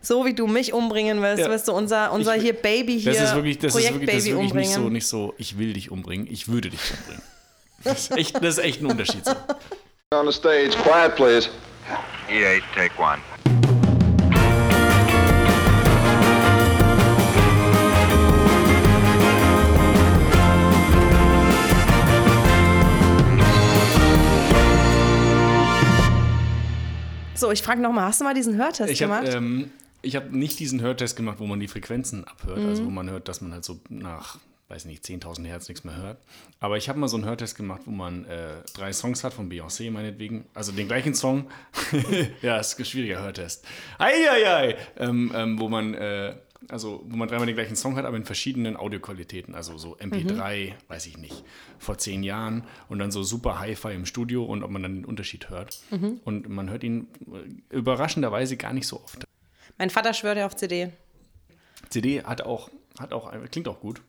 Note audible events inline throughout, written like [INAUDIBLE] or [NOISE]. So wie du mich umbringen willst, Ja. wirst du unser, unser Ich- hier Baby hier Das ist wirklich, das ist Projekt wirklich, das ist Baby wirklich nicht so, umbringen. nicht so, ich will dich umbringen, ich würde dich umbringen. Das ist echt, das ist echt ein Unterschied. So. On the stage, quiet please. E8, E take one. So, ich frage nochmal, hast du mal diesen Hörtest Ich gemacht? habe ähm, ich hab nicht diesen Hörtest gemacht, wo man die Frequenzen abhört, also wo man hört, dass man halt so nach, weiß nicht, 10.000 Hertz nichts mehr hört. Aber ich habe mal so einen Hörtest gemacht, wo man äh, drei Songs hat von Beyoncé meinetwegen, also den gleichen Song. [LAUGHS] ja, ist ein schwieriger Hörtest. Eieiei! Ähm, ähm, wo man... Äh, also, wo man dreimal den gleichen Song hat, aber in verschiedenen Audioqualitäten, also so MP3, weiß ich nicht, vor zehn Jahren und dann so super Hi-Fi im Studio und ob man dann den Unterschied hört. Und man hört ihn äh, überraschenderweise gar nicht so oft. mein Vater schwört ja auf CD. CD hat auch, hat auch, klingt auch gut,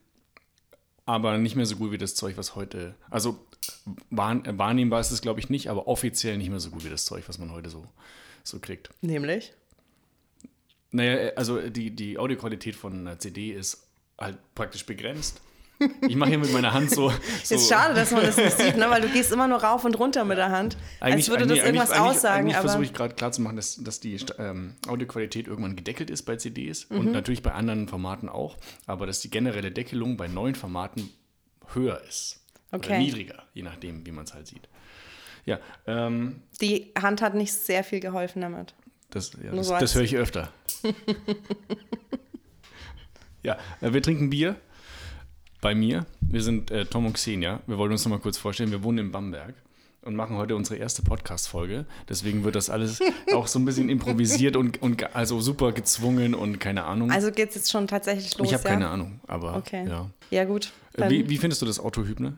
aber nicht mehr so gut wie das Zeug, was heute, also wahrn, äh, wahrnehmbar ist es, glaube ich, nicht, aber offiziell nicht mehr so gut wie das Zeug, was man heute so, so kriegt. Nämlich? Naja, äh, also die, die Audioqualität von einer CD ist halt praktisch begrenzt. Ich mache hier mit meiner Hand so. so Ist schade, dass man das nicht sieht, ne? weil du gehst immer nur rauf und runter mit der Hand. als würde das eigentlich- irgendwas eigentlich- aussagen. Eigentlich versuche aber ich gerade klarzumachen, dass, dass die St- ähm, Audioqualität irgendwann gedeckelt ist bei CDs Mhm. und natürlich bei anderen Formaten auch, aber dass die generelle Deckelung bei neuen Formaten höher ist. Oder Okay. niedriger, je nachdem, wie man es halt sieht. Ja, ähm, die Hand hat nicht sehr viel geholfen damit. das, ja, Nur das, so als- das höre ich [LAUGHS] öfter. ja, äh, wir trinken Bier bei mir. Wir sind äh, Tom und Xenia. Wir wollen uns noch mal kurz vorstellen. Wir wohnen in Bamberg und machen heute unsere erste Podcast-Folge. Deswegen wird [LAUGHS] das alles auch so ein bisschen improvisiert und, und ge- also super gezwungen und keine Ahnung. Also geht es jetzt schon tatsächlich los, ich habe ja? keine Ahnung, aber Okay. ja. Ja, gut. Äh, Dann, Wie, wie findest du das Autohypne?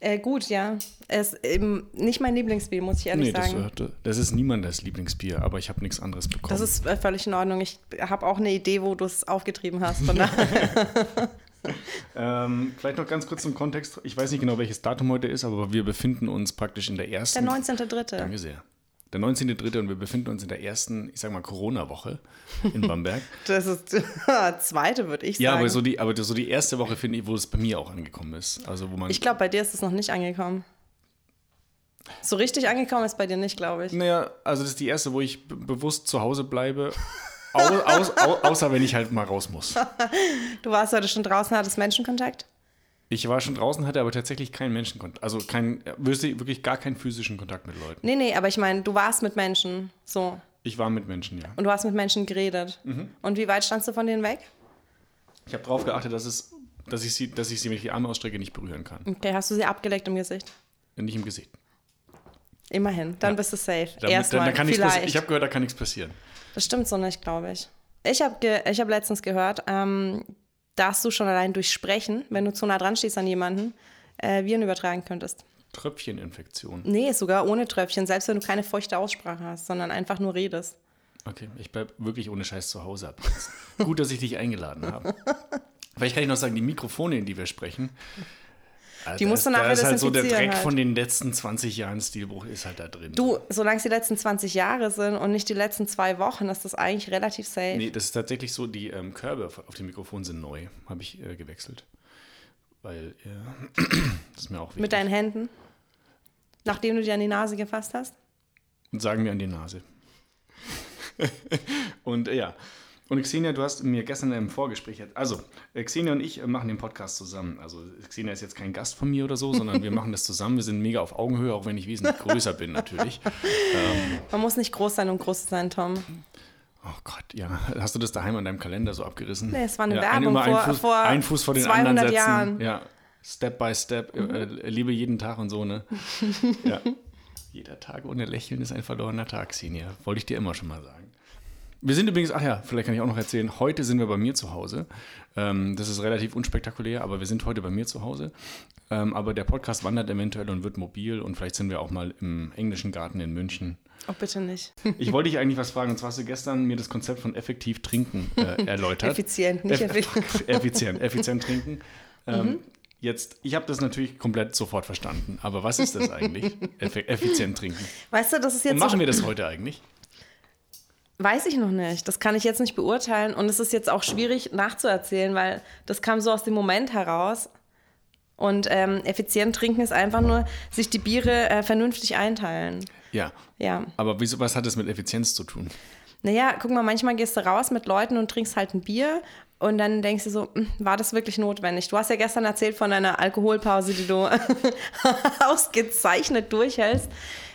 äh, gut, ja. Es ist eben nicht mein Lieblingsspiel, muss ich ehrlich Nee, das, sagen. äh, das ist niemandes Lieblingsbier, aber ich habe nichts anderes bekommen. Das ist äh, völlig in Ordnung. Ich habe auch eine Idee, wo du es aufgetrieben hast. [LAUGHS] Von daher. Ähm, vielleicht noch ganz kurz zum Kontext. Ich weiß nicht genau, welches Datum heute ist, aber wir befinden uns praktisch in der Der ersten. 19.3. Danke sehr. Der 19.3. und wir befinden uns in der ersten, ich sag mal, Corona-Woche [LAUGHS] in Bamberg. Das ist [LAUGHS] zweite, würde ich ja, sagen. aber so, die, aber so die erste Woche, finde ich, wo es bei mir auch angekommen ist. Also, wo man. ich glaube, bei dir ist es noch nicht angekommen. So richtig angekommen ist bei dir nicht, glaube ich. naja, also das ist die erste, wo ich b- bewusst zu Hause bleibe. Au, aus, au, außer wenn ich halt mal raus muss. Du warst heute schon draußen, hattest Menschenkontakt? Ich war schon draußen, hatte aber tatsächlich keinen Menschenkontakt. Also kein, wüsste wirklich gar keinen physischen Kontakt mit Leuten. Nee, nee, aber ich meine, du warst mit Menschen. So. Ich war mit Menschen, ja. Und du hast mit Menschen geredet. Mhm. Und wie weit standst du von denen weg? Ich habe darauf geachtet, dass, es, dass, ich sie, dass ich sie, wenn ich die Arme ausstrecke, nicht berühren kann. Okay, hast du sie abgeleckt im Gesicht? Nicht im Gesicht. Immerhin, dann bist du safe. Damit, Erstmal, dann, da kann nichts vielleicht. passi- ich habe gehört, da kann nichts passieren. Das stimmt so nicht, glaube ich. Ich habe ge ich hab letztens gehört, ähm, dass du schon allein durch Sprechen, wenn du zu nah dran stehst an jemanden, äh, Viren übertragen könntest. Tröpfcheninfektion. Nee, sogar ohne Tröpfchen, selbst wenn du keine feuchte Aussprache hast, sondern einfach nur redest. Okay, ich bleib wirklich ohne Scheiß zu Hause ab. jetzt. Gut, dass ich dich eingeladen habe. Vielleicht kann ich noch sagen, die Mikrofone, in die wir sprechen, Alter, Die musst du da nachher ist halt so der desinfizieren Dreck halt. von den letzten 20 Jahren Stilbruch ist halt da drin. Du, solange es die letzten 20 Jahre sind und nicht die letzten zwei Wochen, ist das eigentlich relativ safe. Nee, das ist tatsächlich so, die ähm, Körbe auf auf dem Mikrofon sind neu, habe ich äh, gewechselt. Weil, äh, [CLEARS THROAT] das ist mir auch wichtig. Mit deinen Händen, nachdem du dir an die Nase gefasst hast. Und sagen mir an die Nase. [LAUGHS] und äh, ja. Und Xenia, du hast mir gestern im Vorgespräch, also äh, Xenia und ich äh, machen den Podcast zusammen. Also Xenia ist jetzt kein Gast von mir oder so, sondern wir machen das zusammen. Wir sind mega auf Augenhöhe, auch wenn ich wesentlich größer bin natürlich. Man muss nicht groß sein, um groß zu sein, Tom. Oh Gott, ja. Hast du das daheim an deinem Kalender so abgerissen? Nee, es war eine ja, Werbung immer vor- Fuß, vor ein Fuß vor den 200 anderen setzen. Jahren. Ja, Step by Step, äh, liebe jeden Tag und [LAUGHS] so, ne? ja. Jeder Tag ohne Lächeln ist ein verlorener Tag, Senior. Wollte ich dir immer schon mal sagen. Wir sind übrigens, ach ja, vielleicht kann ich auch noch erzählen, heute sind wir bei mir zu Hause. Ähm, das ist relativ unspektakulär, aber wir sind heute bei mir zu Hause. Ähm, aber der Podcast wandert eventuell und wird mobil und vielleicht sind wir auch mal im englischen Garten in München. Oh, bitte nicht. Ich wollte dich eigentlich was fragen, und zwar hast du gestern mir das Konzept von effektiv trinken [LAUGHS] äh, erläutert. Effizient, Mhm. nicht effektiv. [LAUGHS] effizient. Effizient [LAUGHS] trinken. Ähm, Jetzt, ich habe das natürlich komplett sofort verstanden, aber was ist [LAUGHS] das eigentlich? Effe- effizient trinken. Weißt du, das ist jetzt Und so machen wir das heute eigentlich? Weiß ich noch nicht. Das kann ich jetzt nicht beurteilen. Und es ist jetzt auch schwierig nachzuerzählen, weil das kam so aus dem Moment heraus. Und ähm, effizient trinken ist einfach nur, sich die Biere äh, vernünftig einteilen. Ja. Ja. Aber wieso, was hat das mit Effizienz zu tun? Naja, guck mal, manchmal gehst du raus mit Leuten und trinkst halt ein Bier und dann denkst du so, "Hm, war das wirklich notwendig? Du hast ja gestern erzählt von deiner Alkoholpause, die du [LAUGHS] ausgezeichnet durchhältst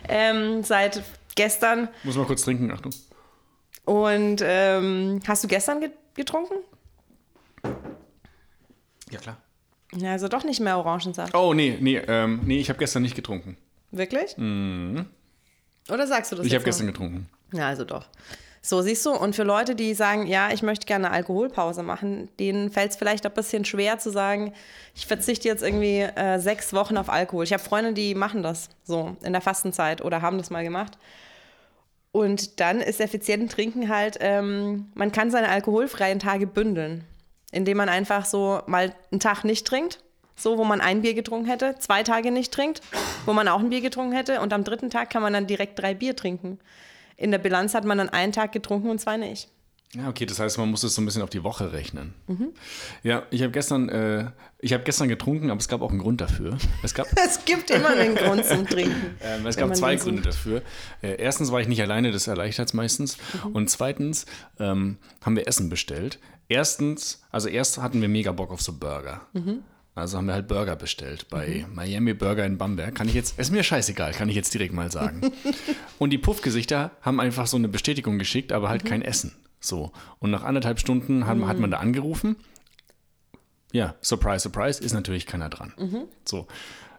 ähm, seit gestern. Muss mal kurz trinken, Achtung. Und ähm, hast du gestern get- getrunken? Ja, klar. Ja, Also doch nicht mehr Orangensaft. Oh, nee, nee, ähm, nee, ich habe gestern nicht getrunken. Wirklich? Oder sagst du das Mhm. Ich jetzt habe noch? gestern getrunken. Ja, also doch. So, siehst du, und für Leute, die sagen, ja, ich möchte gerne eine Alkoholpause machen, denen fällt es vielleicht ein bisschen schwer zu sagen, ich verzichte jetzt irgendwie äh, sechs Wochen auf Alkohol. Ich habe Freunde, die machen das so in der Fastenzeit oder haben das mal gemacht. Und dann ist effizient Trinken halt, ähm, man kann seine alkoholfreien Tage bündeln, indem man einfach so mal einen Tag nicht trinkt, so wo man ein Bier getrunken hätte, zwei Tage nicht trinkt, wo man auch ein Bier getrunken hätte und am dritten Tag kann man dann direkt drei Bier trinken. In der Bilanz hat man dann einen Tag getrunken und zwei nicht. Ja, okay, das heißt, man muss es so ein bisschen auf die Woche rechnen. Ja, ich habe gestern, äh, ich habe gestern getrunken, aber es gab auch einen Grund dafür. Es gab, Es gibt immer einen [LAUGHS] Grund zum Trinken. Ähm, es Wenn gab man zwei den sucht. Gründe dafür. Äh, erstens war ich nicht alleine, das erleichtert es meistens. Mhm. Und zweitens ähm, haben wir Essen bestellt. Erstens, also erst hatten wir mega Bock auf so Burger. Mhm. Also haben wir halt Burger bestellt bei Miami Burger in Bamberg. Kann ich jetzt, ist mir scheißegal, kann ich jetzt direkt [LAUGHS] mal sagen. Und die Puffgesichter haben einfach so eine Bestätigung geschickt, aber Mhm. halt kein Essen. So. Und nach anderthalb Stunden hat, hat man da angerufen. Ja, surprise, surprise, ist natürlich keiner dran. So.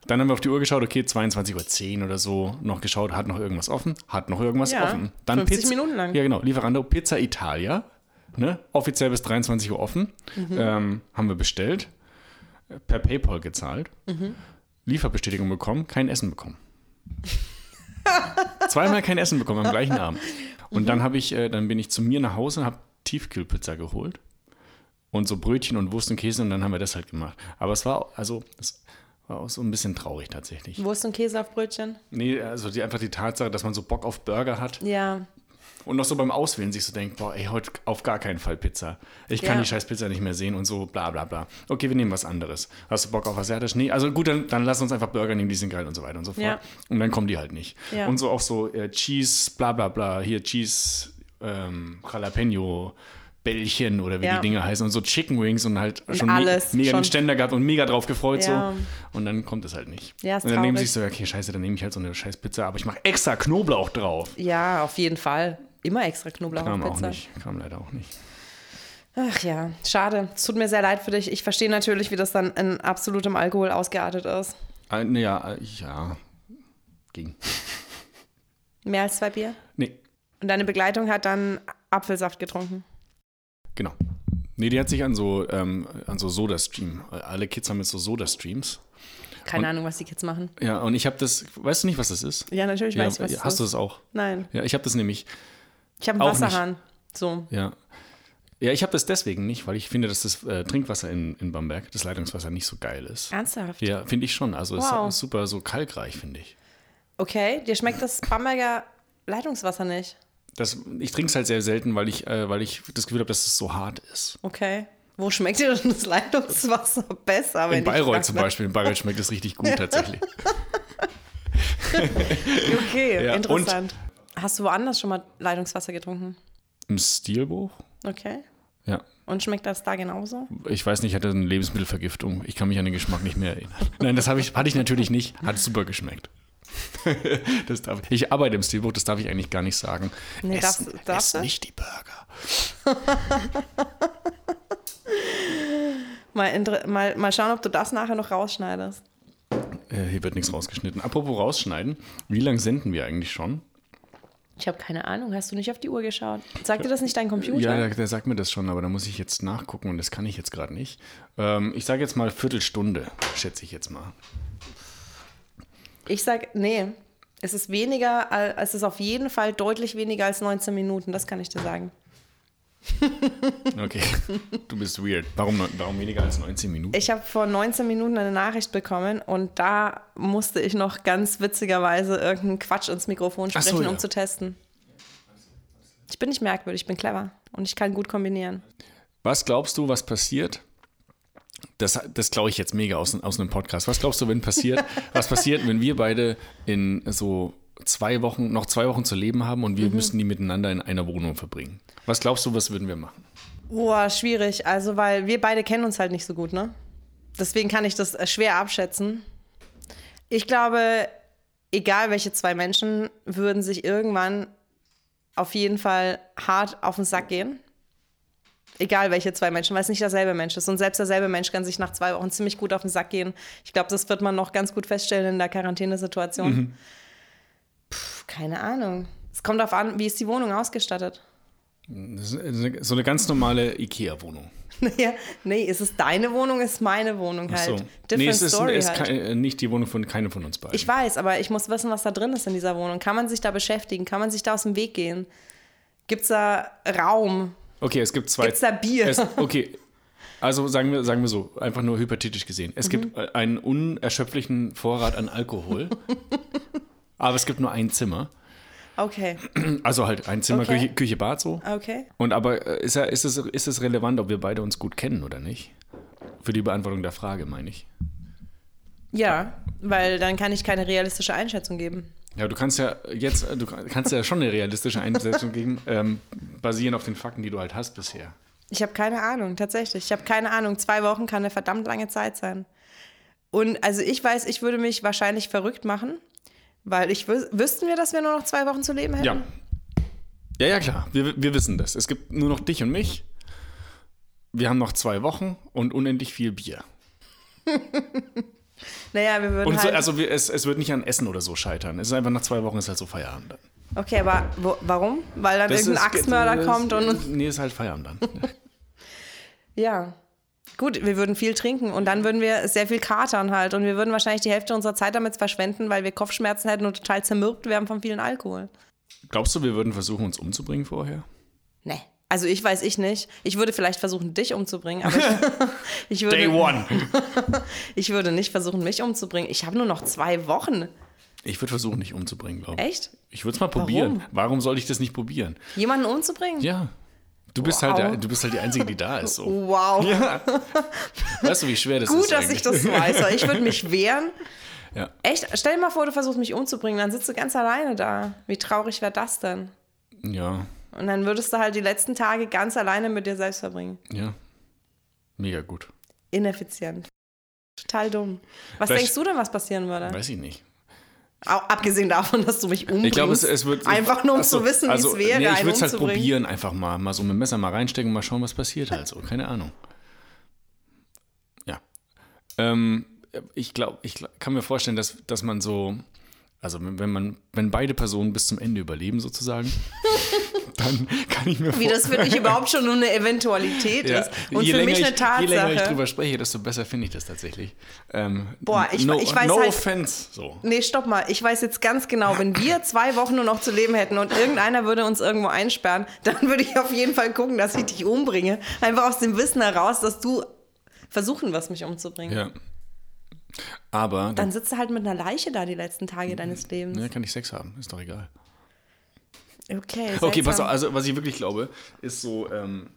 Dann haben wir auf die Uhr geschaut, okay, 22.10 Uhr oder so, noch geschaut, hat noch irgendwas offen, hat noch irgendwas Ja, offen. Dann 50 Minuten lang. Ja, genau, Lieferando Pizza Italia, ne? offiziell bis 23 Uhr offen, Mhm. ähm, haben wir bestellt, per Paypal gezahlt, Lieferbestätigung bekommen, kein Essen bekommen. Zweimal kein Essen bekommen am gleichen Abend. Und dann habe ich, äh, dann bin ich zu mir nach Hause und habe Tiefkühlpizza geholt und so Brötchen und Wurst und Käse und dann haben wir das halt gemacht. Aber es war also es war auch so ein bisschen traurig tatsächlich. Wurst und Käse auf Brötchen? Nee, also die, einfach die Tatsache, dass man so Bock auf Burger hat Ja. und noch so beim Auswählen sich so denkt, boah, ey, heute auf gar keinen Fall Pizza. Ich kann Ja. die scheiß Pizza nicht mehr sehen und so bla bla bla. Okay, wir nehmen was anderes. Hast du Bock auf asiatisch? Nee, also gut, dann, dann lass uns einfach Burger nehmen, die sind geil und so weiter und so fort. Ja. Und dann kommen die halt nicht. Ja. Und so auch so äh, Cheese, bla bla bla, hier Cheese, ähm, Jalapeno. Bällchen oder wie Ja. die Dinge heißen und so Chicken Wings und halt schon me- alles, mega schon. den Ständer gehabt und mega drauf gefreut Ja. so und dann kommt es halt nicht. Ja, ist und dann nehmen sie traurig. sich so, ja, okay, scheiße, dann nehme ich halt so eine scheiß Pizza, aber ich mache extra Knoblauch drauf. Ja, auf jeden Fall. Immer extra Knoblauch Kam auf auch Pizza. nicht, kam leider auch nicht. Ach ja, schade. Es tut mir sehr leid für dich. Ich verstehe natürlich, wie das dann in absolutem Alkohol ausgeartet ist. Äh, naja, äh, ja. Ging. Mehr als zwei Bier. Nee, Und deine Begleitung hat dann Apfelsaft getrunken. genau. Nee, die hat sich an so, ähm, an so Soda-Stream. Alle Kids haben jetzt so Soda-Streams. Keine Und- Ahnung, was die Kids machen. Ja, und ich habe das. Weißt du nicht, was das ist? Ja, natürlich ja, weiß ich, was das Hast du ist. das auch? Nein, Ja, ich habe das nämlich. ich habe einen Auch Wasserhahn. So. Ja. Ja, ich habe das deswegen nicht, weil ich finde, dass das äh, Trinkwasser in, in Bamberg, das Leitungswasser, nicht so geil ist. Ernsthaft? Ja, finde ich schon. Also, es Ah. Wow. ist super so kalkreich, finde ich. Okay, dir schmeckt das Bamberger Leitungswasser nicht. Das, ich trinke es halt sehr selten, weil ich, äh, weil ich das Gefühl habe, dass es so hart ist. Okay. Wo schmeckt dir denn das Leitungswasser besser? wenn ich In Bayreuth frag zum mal? Beispiel. In Bayreuth schmeckt es richtig gut [LAUGHS] tatsächlich. Okay, Ja, und- interessant. Hast du woanders schon mal Leitungswasser getrunken? Im Stilbuch? Okay. Ja. Und schmeckt das da genauso? Ich weiß nicht, ich hatte eine Lebensmittelvergiftung. Ich kann mich an den Geschmack nicht mehr erinnern. Nein, das hab ich, hatte ich natürlich nicht. Hat super geschmeckt. [LAUGHS] Das darf ich. ich arbeite im Stilbuch, das darf ich eigentlich gar nicht sagen. Nee, darfst- Essen, darfst essen du? nicht die Burger. Mal, inter- mal, mal schauen, ob du das nachher noch rausschneidest. Äh, hier wird nichts rausgeschnitten. Apropos rausschneiden, wie lange senden wir eigentlich schon? Ich habe keine Ahnung. Hast du nicht auf die Uhr geschaut? Sagt dir das nicht dein Computer? Ja, der, der sagt mir das schon, aber da muss ich jetzt nachgucken und das kann ich jetzt gerade nicht. Ähm, ich sage jetzt mal Viertelstunde, schätze ich jetzt mal. Ich sag, nee. Es ist weniger, al- es ist auf jeden Fall deutlich weniger als 19 Minuten, das kann ich dir sagen. Okay, [LAUGHS] du bist weird. Warum, neun- warum weniger als 19 Minuten? Ich habe vor 19 Minuten eine Nachricht bekommen und da musste ich noch ganz witzigerweise irgendeinen Quatsch ins Mikrofon Ach so, sprechen, um ja. zu testen. Ich bin nicht merkwürdig, ich bin clever und ich kann gut kombinieren. Was glaubst du, was passiert? Das, das glaube ich jetzt mega aus, aus einem Podcast. Was glaubst du, [LAUGHS] wenn passiert, was passiert, wenn wir beide in so zwei Wochen, noch zwei Wochen zu leben haben und wir Mhm. müssen die miteinander in einer Wohnung verbringen? Was glaubst du, was würden wir machen? Boah, schwierig. Also, weil wir beide kennen uns halt nicht so gut, ne? Deswegen kann ich das äh, schwer abschätzen. Ich glaube, egal welche zwei Menschen würden sich irgendwann auf jeden Fall hart auf den Sack gehen. Egal welche zwei Menschen, weil es nicht derselbe Mensch ist. Und selbst derselbe Mensch kann sich nach zwei Wochen ziemlich gut auf den Sack gehen. Ich glaube, das wird man noch ganz gut feststellen in der Quarantänesituation. Puh, keine Ahnung. Es kommt darauf an, wie ist die Wohnung ausgestattet? Das ist eine- so eine ganz normale IKEA-Wohnung. Ja, nee, ist es deine Wohnung, ist meine Wohnung halt. So. Different Nee, es ist, Story es ist halt. keine, nicht die Wohnung von keine von uns beiden. ich weiß, aber ich muss wissen, was da drin ist in dieser Wohnung. Kann man sich da beschäftigen? Kann man sich da aus dem Weg gehen? Gibt es da Raum? Okay, es gibt zwei. Gibt's da Bier? Es, okay. Also sagen wir, sagen wir so, einfach nur hypothetisch gesehen. Es gibt Mhm. äh, einen unerschöpflichen Vorrat [LAUGHS] an Alkohol, aber es gibt nur ein Zimmer. Okay, Also halt ein Zimmer, Okay. Küche, Küche, Bad so. okay. Und aber äh, ist, ja- ist, es, ist es relevant, ob wir beide uns gut kennen oder nicht? Für die Beantwortung der Frage, meine ich. Ja, weil dann kann ich keine realistische Einschätzung geben. Ja, du kannst ja jetzt, äh, du kannst ja schon eine realistische [LAUGHS] Einschätzung geben, ähm, basierend auf den Fakten, die du halt hast bisher. Ich habe keine Ahnung, tatsächlich. Ich habe keine Ahnung. Zwei Wochen kann eine verdammt lange Zeit sein. Und also ich weiß, ich würde mich wahrscheinlich verrückt machen, weil ich wüs wüssten wir, dass wir nur noch zwei Wochen zu leben hätten. Ja. Ja, ja, klar. Wir, wir wissen das. Es gibt nur noch dich und mich. Wir haben noch zwei Wochen und unendlich viel Bier. Naja, wir würden Und so, halt also wir, es, es wird nicht an Essen oder so scheitern. Es ist einfach nach zwei Wochen ist halt so Feierabend dann. Okay, aber wo, warum? Weil dann irgendein ist- Axtmörder das- kommt und uns. Nee, ist halt Feierabend dann. [LAUGHS] Ja. Gut, wir würden viel trinken und dann würden wir sehr viel katern halt und wir würden wahrscheinlich die Hälfte unserer Zeit damit verschwenden, weil wir Kopfschmerzen hätten und total zermürbt wären von vielen Alkohol. Glaubst du, wir würden versuchen, uns umzubringen vorher? Nee. Also ich weiß ich nicht. Ich würde vielleicht versuchen, dich umzubringen, aber [LAUGHS] ich, ich, Day würde, one! ich würde nicht versuchen, mich umzubringen. Ich habe nur noch zwei Wochen. Ich würde versuchen, dich umzubringen, glaube ich. Echt? Ich würde es mal probieren. Warum? soll ich das nicht probieren? Jemanden umzubringen? Ja. Du bist, Wow. halt, der, du bist halt die Einzige, die da [LAUGHS] ist. So. Wow. Ja. Weißt du, wie schwer das ist? Gut, dass ich eigentlich? [LAUGHS] das weiß. weil Ich würde mich wehren. Ja. Echt? Stell dir mal vor, du versuchst mich umzubringen, dann sitzt du ganz alleine da. Wie traurig wäre das denn? Ja. Und dann würdest du halt die letzten Tage ganz alleine mit dir selbst verbringen. Ja. Mega gut. Ineffizient. Total dumm. Was Vielleicht- denkst du denn, was passieren würde? Weiß ich nicht. Au- abgesehen davon, dass du mich umbringst. Ich glaube, es, es wird. Einfach nur um Achso, zu wissen, wie also, es wäre, Nee, ich einen würde es halt umzubringen. probieren, einfach mal. Mal so mit dem Messer mal reinstecken, mal schauen, was passiert halt so. Keine Ahnung. Ja. Ähm, ich glaube, ich gl- kann mir vorstellen, dass, dass man so. Also, wenn wenn man, wenn beide Personen bis zum Ende überleben, [LAUGHS] sozusagen, dann kann ich mir Wie das für dich überhaupt schon nur eine Eventualität Ja, ist. Und je für länger mich ich, eine Je länger ich Tatsache. drüber spreche, desto besser finde ich das tatsächlich. Ähm, Boah, ich- no, ich weiß No halt- offense. So. Nee, stopp mal. Ich weiß jetzt ganz genau, wenn wir zwei Wochen nur noch zu leben hätten und irgendeiner würde uns irgendwo einsperren, dann würde ich auf jeden Fall gucken, dass ich dich umbringe. Einfach aus dem Wissen heraus, dass du versuchen wirst, mich umzubringen. Ja. Aber dann, Dann sitzt du halt mit einer Leiche da die letzten Mhm. Tage deines Lebens. ja, Ne, kann ich Sex haben, ist doch egal. Okay, [LAUGHS] Okay, seltsam. pass auf, also was ich wirklich glaube, ist so, ähm,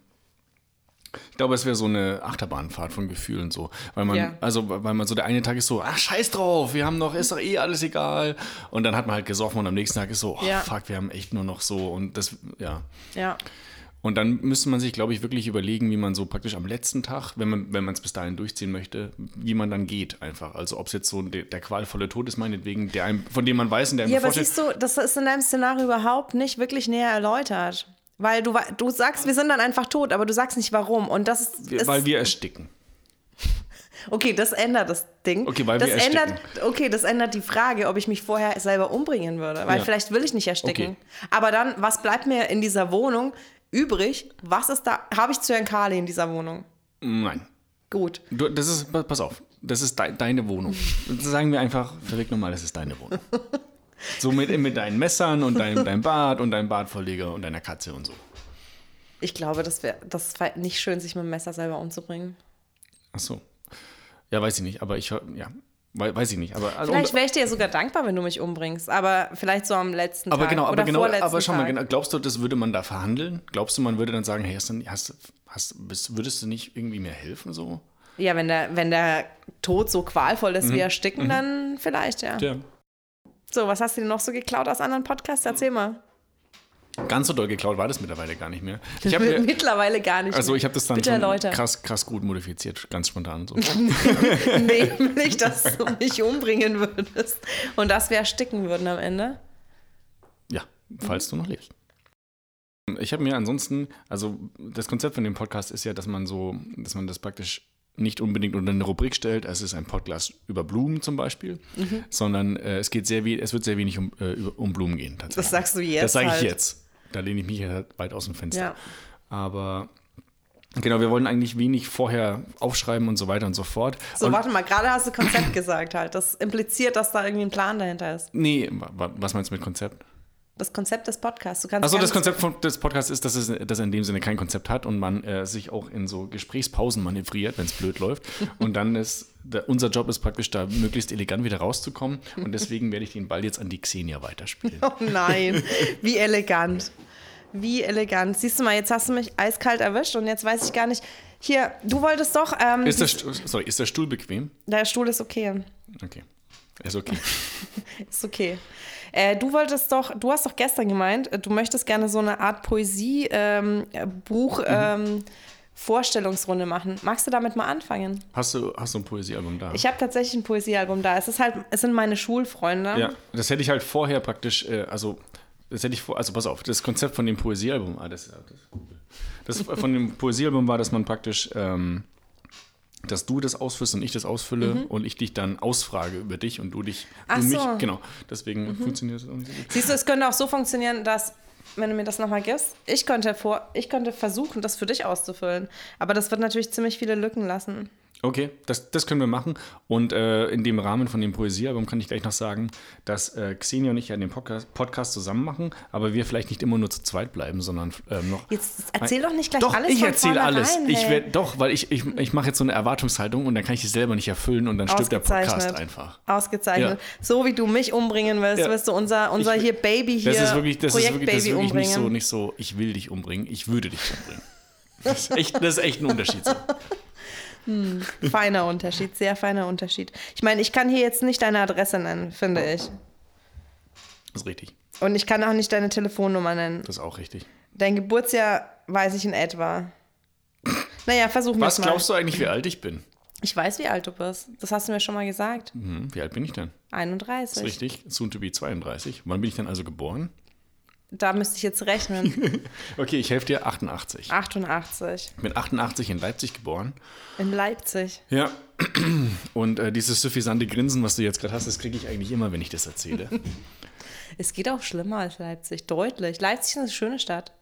ich glaube, es wäre so eine Achterbahnfahrt von Gefühlen so, weil man, Ja. also weil man so der eine Tag ist so, ach scheiß drauf, wir haben noch, ist doch eh alles egal und dann hat man halt gesoffen und am nächsten Tag ist so, oh, Ja. fuck, wir haben echt nur noch so und das, ja. Ja. Und dann müsste man sich, glaube ich, wirklich überlegen, wie man so praktisch am letzten Tag, wenn man wenn man es bis dahin durchziehen möchte, wie man dann geht einfach. Also ob es jetzt so der, der qualvolle Tod ist, meinetwegen, der einem, von dem man weiß und der einem Ja, aber bevorsteht. siehst du, das ist in deinem Szenario überhaupt nicht wirklich näher erläutert. Weil du, wa- du sagst, wir sind dann einfach tot, aber du sagst nicht warum. Und das ist. ist weil wir ersticken. okay, das ändert das Ding. Okay, weil das wir ersticken. ändert, Okay, das ändert die Frage, ob ich mich vorher selber umbringen würde. Weil Ja. vielleicht will ich nicht ersticken. Okay. Aber dann, was bleibt mir in dieser Wohnung übrig? Was ist da? Habe ich Zyankali in dieser Wohnung? Nein. Gut. Du, das ist, pa- pass auf, das ist dei- deine Wohnung. Sagen wir einfach, völlig normal, das ist deine Wohnung. So mit, mit deinen Messern und deinem, deinem Bad und deinem Badvorleger und deiner Katze und so. Ich glaube, das wäre das ist halt nicht schön, sich mit dem Messer selber umzubringen. Ach so. Ja, weiß ich nicht, aber ich, hör- ja. Wei- Weiß ich nicht. Aber, also, Vielleicht wäre ich dir ja sogar dankbar, wenn du mich umbringst, aber vielleicht so am letzten aber Tag genau, aber oder genau, vorletzten aber schau mal, Tag. genau, glaubst du, das würde man da verhandeln? Glaubst du, man würde dann sagen, hey, hast du, hast, hast, bist, würdest du nicht irgendwie mehr helfen so? Ja, wenn der, wenn der Tod so qualvoll ist wie Ersticken, dann vielleicht, ja. Mhm. Ja. So, was hast du denn noch so geklaut aus anderen Podcasts? Erzähl mal. Ganz so doll geklaut war das mittlerweile gar nicht mehr. Ich hab Wird mir, Mittlerweile gar nicht. also mehr. ich habe das dann Bitte schon erläutern. [LAUGHS] krass, krass gut modifiziert, ganz spontan so. Nämlich, dass du mich umbringen würdest und dass wir ersticken würden am Ende. Ja, falls du noch lebst. Ich habe mir ansonsten, also das Konzept von dem Podcast ist ja, dass man so, dass man das praktisch nicht unbedingt unter eine Rubrik stellt, es ist ein Podcast über Blumen zum Beispiel, Mhm. sondern äh, es geht sehr we- es wird sehr wenig um, äh, über- um Blumen gehen tatsächlich. Das sagst du jetzt Das sage ich halt. jetzt. Da lehne ich mich ja weit aus dem Fenster. Ja. Aber genau, wir wollen eigentlich wenig vorher aufschreiben und so weiter und so fort. So, und, warte mal, gerade hast du Konzept gesagt halt. Das impliziert, dass da irgendwie ein Plan dahinter ist. Nee, wa- wa- was meinst du mit Konzept? Das Konzept des Podcasts. Du kannst Also das ganz- Konzept von, des Podcasts ist, dass es dass er in dem Sinne kein Konzept hat und man äh, sich auch in so Gesprächspausen manövriert, wenn es blöd läuft. Und dann ist da, unser Job ist praktisch da möglichst elegant wieder rauszukommen. Und deswegen werde ich den Ball jetzt an die [LAUGHS] Xenia weiterspielen. [LAUGHS] Oh nein, wie elegant. Wie elegant. Siehst du mal, jetzt hast du mich eiskalt erwischt und jetzt weiß ich gar nicht. Hier, du wolltest doch. Ähm, Ist der, Stuhl- sorry, ist der Stuhl bequem? der Stuhl ist okay. Okay. Ist okay. Ist okay. Äh, du wolltest doch, du hast doch gestern gemeint, äh, du möchtest gerne so eine Art ähm, äh, Mhm. Poesie-Buch-Vorstellungsrunde ähm, machen. Magst du damit mal anfangen? Hast du, hast du ein Poesiealbum da? Ich habe tatsächlich ein Poesiealbum da. Es ist halt, es sind meine Schulfreunde. ja, das hätte ich halt vorher praktisch, äh, also das hätte ich vor, also pass auf, das Konzept von dem Poesiealbum, ah, das, das, das von dem Poesiealbum war, dass man praktisch, ähm, dass du das ausfüllst und ich das ausfülle und ich dich dann ausfrage über dich und du dich, Mhm. Ach du mich, so. Mhm. genau. Deswegen funktioniert das auch nicht so gut. Siehst du, es könnte auch so funktionieren, dass, wenn du mir das nochmal gibst, ich könnte, vor, ich könnte versuchen, das für dich auszufüllen. Aber das wird natürlich ziemlich viele Lücken lassen. Okay, das, das können wir machen. Und äh, in dem Rahmen von dem Poesiealbum kann ich gleich noch sagen, dass äh, Xenia und ich ja den Podcast, Podcast zusammen machen, aber wir vielleicht nicht immer nur zu zweit bleiben, sondern ähm, noch. Jetzt erzähl doch nicht gleich doch, alles ich von erzähle alles. vornherein, Ich hey. werd, doch, weil ich, ich, ich mache jetzt so eine Erwartungshaltung und dann kann ich es selber nicht erfüllen und dann stirbt der Podcast einfach. Ausgezeichnet. So wie du mich umbringen willst, Ja. wirst du unser, unser Ich- hier Baby hier, Das ist wirklich, das ist wirklich, das ist Projektbaby wirklich nicht so, umbringen. nicht so, ich will dich umbringen, ich würde dich umbringen. Das ist echt, das ist echt ein Unterschied. So. Feiner Unterschied, sehr feiner Unterschied. Ich meine, ich kann hier jetzt nicht deine Adresse nennen, finde ich. Das ist richtig. Und ich kann auch nicht deine Telefonnummer nennen. Das ist auch richtig. Dein Geburtsjahr weiß ich in etwa. Naja, versuchen wir Was es mal. glaubst du eigentlich, wie alt ich bin? Ich weiß, wie alt du bist. Das hast du mir schon mal gesagt. Hm, wie alt bin ich denn? 31. Das ist richtig. Soon to be 32. Wann bin ich denn also geboren? Da müsste ich jetzt [LAUGHS] rechnen. Okay, ich helfe dir 88. 88. Ich bin 88 in Leipzig geboren. In Leipzig. Ja. Und äh, dieses suffisante Grinsen, was du jetzt gerade hast, das kriege ich eigentlich immer, wenn ich das erzähle. Es geht auch schlimmer als Leipzig. Deutlich. Leipzig ist eine schöne Stadt.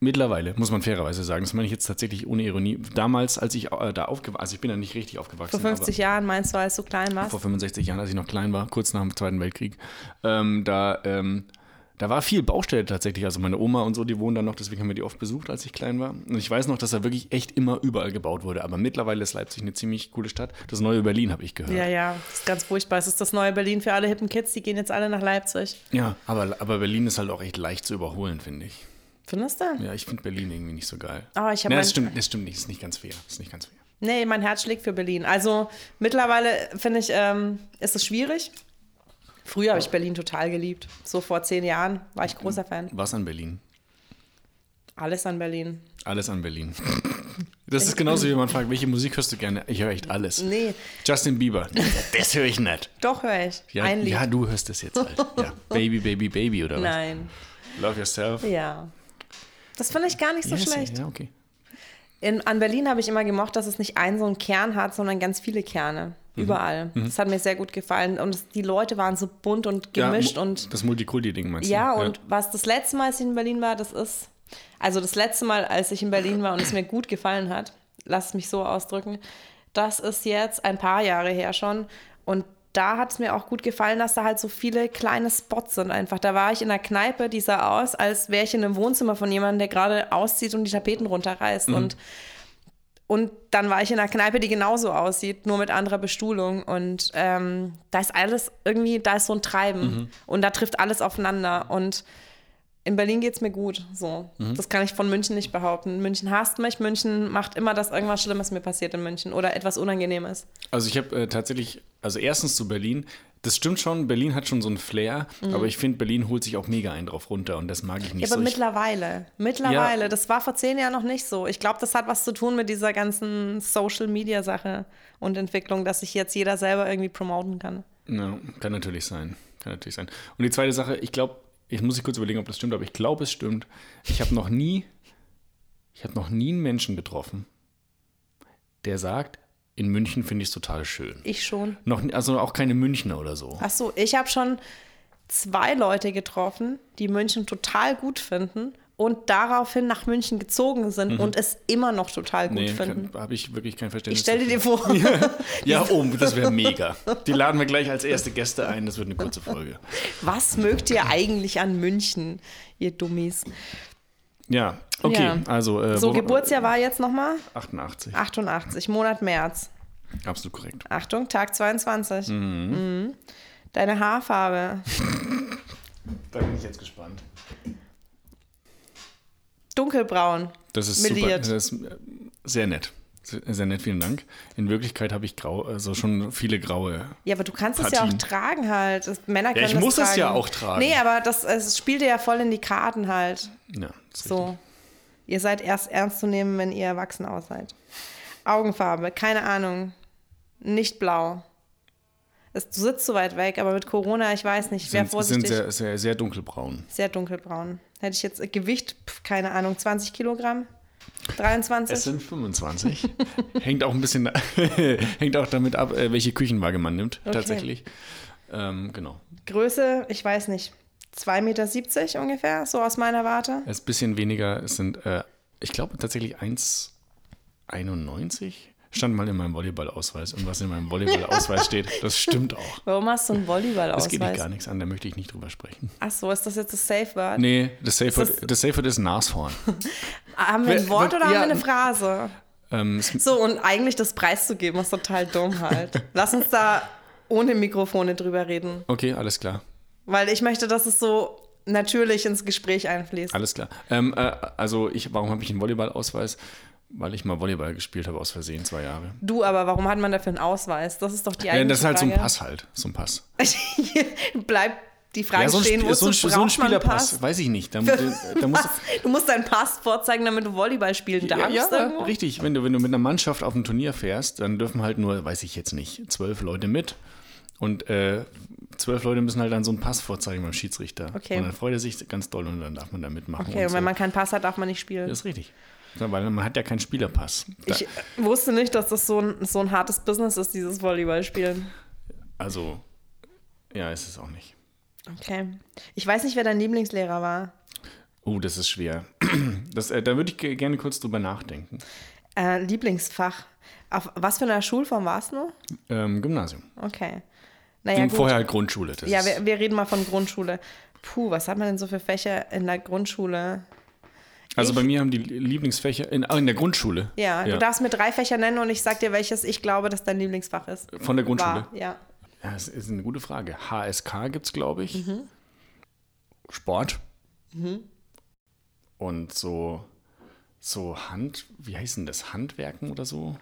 Mittlerweile, muss man fairerweise sagen. Das meine ich jetzt tatsächlich ohne Ironie. Damals, als ich äh, da aufgewachsen also ich bin da nicht richtig Vor aufgewachsen. 50 Jahren meinst du, als du klein aber warst? vor 65 Jahren, als ich noch klein war, kurz nach dem Zweiten Weltkrieg, ähm, da, ähm, da war viel Baustelle tatsächlich. Also meine Oma und so, die wohnen da noch, deswegen haben wir die oft besucht, als ich klein war. Und ich weiß noch, dass da wirklich echt immer überall gebaut wurde. Aber mittlerweile ist Leipzig eine ziemlich coole Stadt. Das neue Berlin, habe ich gehört. Ja, ja. Das ist ganz furchtbar. Es ist das neue Berlin für alle hippen Kids. Die gehen jetzt alle nach Leipzig. Ja, aber, aber Berlin ist halt auch echt leicht zu überholen, finde ich. Findest du? Ja, ich finde Berlin irgendwie nicht so geil. Ah, ich hab mein- Nein, das stimmt, das stimmt nicht, ist nicht ganz fair. Ist nicht ganz fair. Nee, mein Herz schlägt für Berlin. Also mittlerweile finde ich, ähm, ist es schwierig. Früher habe ich Berlin total geliebt. So vor zehn Jahren war ich großer Fan. Was an Berlin? Alles an Berlin. Alles an Berlin. [LAUGHS] Das ist genauso, wie man fragt, welche Musik hörst du gerne? Ich höre echt alles. Nee, Justin Bieber. Das höre ich nicht. doch höre ich. Ja, Ein Lied. ja, du hörst es [LAUGHS] jetzt halt. Ja. Baby, Baby, Baby oder Nein. was? Love Yourself. Ja. Das finde ich gar nicht so Yes, schlecht. Ja, okay. In, an Berlin habe ich immer gemocht, dass es nicht einen so einen Kern hat, sondern ganz viele Kerne. Mhm. Überall. Das hat mir sehr gut gefallen. Und es, die Leute waren so bunt und gemischt ja, mu- und. Das Multikulti-Ding meinst Ja, du? ne? und was das letzte Mal, als ich in Berlin war, das ist. Also das letzte Mal, als ich in Berlin war und es mir gut gefallen hat, lass es mich so ausdrücken, das ist jetzt ein paar Jahre her schon. Und da hat es mir auch gut gefallen, dass da halt so viele kleine Spots sind einfach. Da war ich in einer Kneipe, die sah Mhm. aus, als wäre ich in einem Wohnzimmer von jemandem, der gerade auszieht und die Tapeten runterreißt. Und Und dann war ich in einer Kneipe, die genauso aussieht, nur mit anderer Bestuhlung. Und ähm, da ist alles irgendwie, da ist so ein Treiben. Mhm. Und da trifft alles aufeinander. Und in Berlin geht es mir gut. So. Mhm. Das kann ich von München nicht behaupten. München hasst mich. München macht immer, dass irgendwas Schlimmes mir passiert in München oder etwas Unangenehmes. Also ich habe äh, tatsächlich, also erstens zu Berlin, das stimmt schon, Berlin hat schon so einen Flair, aber ich finde, Berlin holt sich auch mega einen drauf runter und das mag ich nicht Mhm. Ja, aber so. Ich, mittlerweile. Mittlerweile. Das war vor zehn Jahren noch nicht so. Ich glaube, das hat was zu tun mit dieser ganzen Social-Media-Sache und Entwicklung, dass sich jetzt jeder selber irgendwie promoten kann. Ja, kann natürlich sein. Kann natürlich sein. Und die zweite Sache, ich glaube, ich muss ich kurz überlegen, ob das stimmt, aber ich glaube, es stimmt. Ich habe noch nie, ich habe noch nie einen Menschen getroffen, der sagt, in München finde ich es total schön. Ich schon. Noch, nie- also auch keine Münchner oder so. Ach so, ich habe schon zwei Leute getroffen, die München total gut finden und daraufhin nach München gezogen sind und es immer noch total gut Mhm. Nee, finden. habe ich wirklich kein Ich Verständnis. stelle dir vor, [LAUGHS] Ja, oh, das wäre mega. Die laden wir gleich als erste Gäste ein. Das wird eine kurze Folge. was mögt ihr eigentlich an München, ihr Dummies? Ja, okay. Ja. Also, äh, So, wo- Geburtsjahr war jetzt nochmal 88. 88, Monat März. Absolut korrekt. Achtung, Tag 22. Mhm. Deine Haarfarbe. Da bin ich jetzt gespannt. Dunkelbraun. Das ist Meliert. super. Das ist äh, sehr nett. Sehr sehr nett, vielen Dank. In Wirklichkeit habe ich grau, also schon viele graue. Ja, aber du kannst es ja Patin. auch tragen halt. Das, Männer können ich das muss tragen. es ja auch tragen. Nee, aber das, es spielt dir ja voll in die Karten halt. Ja, das ist So. Ihr seid erst ernst zu nehmen, wenn ihr erwachsen aus seid. Augenfarbe, keine Ahnung. Nicht blau. Es, du sitzt so weit weg, aber mit Corona, ich weiß nicht, ich wäre richtig. Sind, sind vorsichtig. sehr, sehr, sehr dunkelbraun. sehr dunkelbraun. Hätte ich jetzt äh, Gewicht, pf, keine Ahnung, 20 Kilogramm? 23? Es [LAUGHS] sind 25. hängt auch ein bisschen, [LAUGHS] hängt auch damit ab, äh, welche Küchenwaage man nimmt, tatsächlich. Ähm, genau. Größe, ich weiß nicht, 2,70 Meter ungefähr, so aus meiner Warte. Es ist ein bisschen weniger, es sind, äh, ich glaube tatsächlich 1,91 stand mal in meinem Volleyballausweis. Und was in meinem [LAUGHS] Volleyballausweis steht, das stimmt auch. Warum hast du einen Das geht dich gar Volleyballausweis? nichts an, da möchte ich nicht drüber sprechen. Ach so, ist das jetzt das Safe Word? Nee, das Safe Ist Word- das Safe Word ist Nashorn. Haben wir ein Wer- Wort wer- oder haben ja. wir eine Phrase? ähm, es- So, und eigentlich das preiszugeben ist total dumm halt. [LAUGHS] Lass uns da ohne Mikrofone drüber reden, okay, alles klar. weil ich möchte, dass es so natürlich ins Gespräch einfließt. Alles klar. Ähm, äh, also, ich, warum habe ich einen Volleyballausweis? Weil ich mal Volleyball gespielt habe, aus Versehen, zwei Jahre. Du aber, warum hat man dafür einen Ausweis? Das ist doch die Ja, eigentliche das ist halt so ein Frage. Pass halt. So ein Pass. Bleibt die Frage [LAUGHS] ja, so ein, stehen, Spiel- wozu so ein, so ein braucht man einen Spielerpass. Pass? Weiß ich nicht. [LAUGHS] Da, da, da musst, du- Du musst deinen Pass vorzeigen, damit du Volleyball spielen Ja, darfst. ja irgendwo. richtig. Wenn du, wenn du mit einer Mannschaft auf ein Turnier fährst, dann dürfen halt nur, weiß ich jetzt nicht, zwölf Leute mit. Und äh, zwölf Leute müssen halt dann so einen Pass vorzeigen beim Schiedsrichter. Okay. Und dann freut er sich ganz doll und dann darf man da mitmachen. Okay, und so. wenn man keinen Pass hat, darf man nicht spielen. das ist richtig. Ja, Weil man hat ja keinen Spielerpass. Da, Ich wusste nicht, dass das so ein, so ein hartes Business ist, dieses Volleyballspielen. also, ja, ist es auch nicht. Okay. Ich weiß nicht, wer dein Lieblingslehrer war. Oh, das ist schwer. [CLEARS THROAT] Das, äh, da würde ich ge- gerne kurz drüber nachdenken. Äh, Lieblingsfach. Auf was für einer Schulform warst du? Ähm, Gymnasium. Okay. Naja, und gut. vorher halt Grundschule. Das ja, ist- wir, wir reden mal von Grundschule. Puh, was hat man denn so für Fächer in der Grundschule? also bei mir haben die Lieblingsfächer in, ah, in der Grundschule. Ja, du darfst mir drei Fächer nennen und ich sag dir, welches ich glaube, dass dein Lieblingsfach ist. Von der Grundschule. War, ja. Ja, das ist eine gute Frage. HSK gibt es, glaube ich. Mhm. Sport. Und so, so Hand, wie heißt denn das? Handwerken oder so?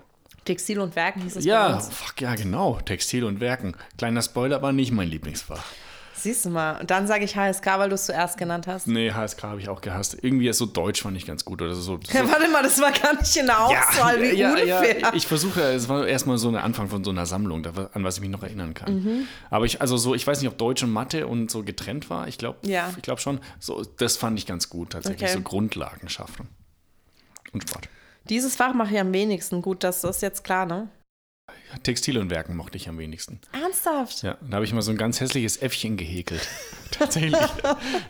Textil und Werken hieß es bei Ja, uns. fuck, ja, genau. Textil und Werken. Kleiner Spoiler, aber nicht mein Lieblingsfach. Siehst du mal. Und dann sage ich HSK, weil du es zuerst genannt hast. Nee, HSK habe ich auch gehasst. Irgendwie ist so Deutsch fand ich ganz gut [LAUGHS] oder so. so [LAUGHS] Warte mal, das war gar nicht in der Auswahl, [LAUGHS] wie unfair. ich versuche, es war erstmal so der Anfang von so einer Sammlung, da- an was ich mich noch erinnern kann. Mhm. Aber ich, also so, ich weiß nicht, ob Deutsch und Mathe und so getrennt war. Ich glaube, Ja. ich glaube schon. So, das fand ich ganz gut, tatsächlich. Okay. So Grundlagen schaffen. Und Sport. Dieses Fach mache ich am wenigsten. Gut, das ist jetzt klar, ne? Textile und Werken mochte ich am wenigsten. Ernsthaft? Ja, da habe ich mal so ein ganz hässliches Äffchen gehäkelt. [LAUGHS] Tatsächlich.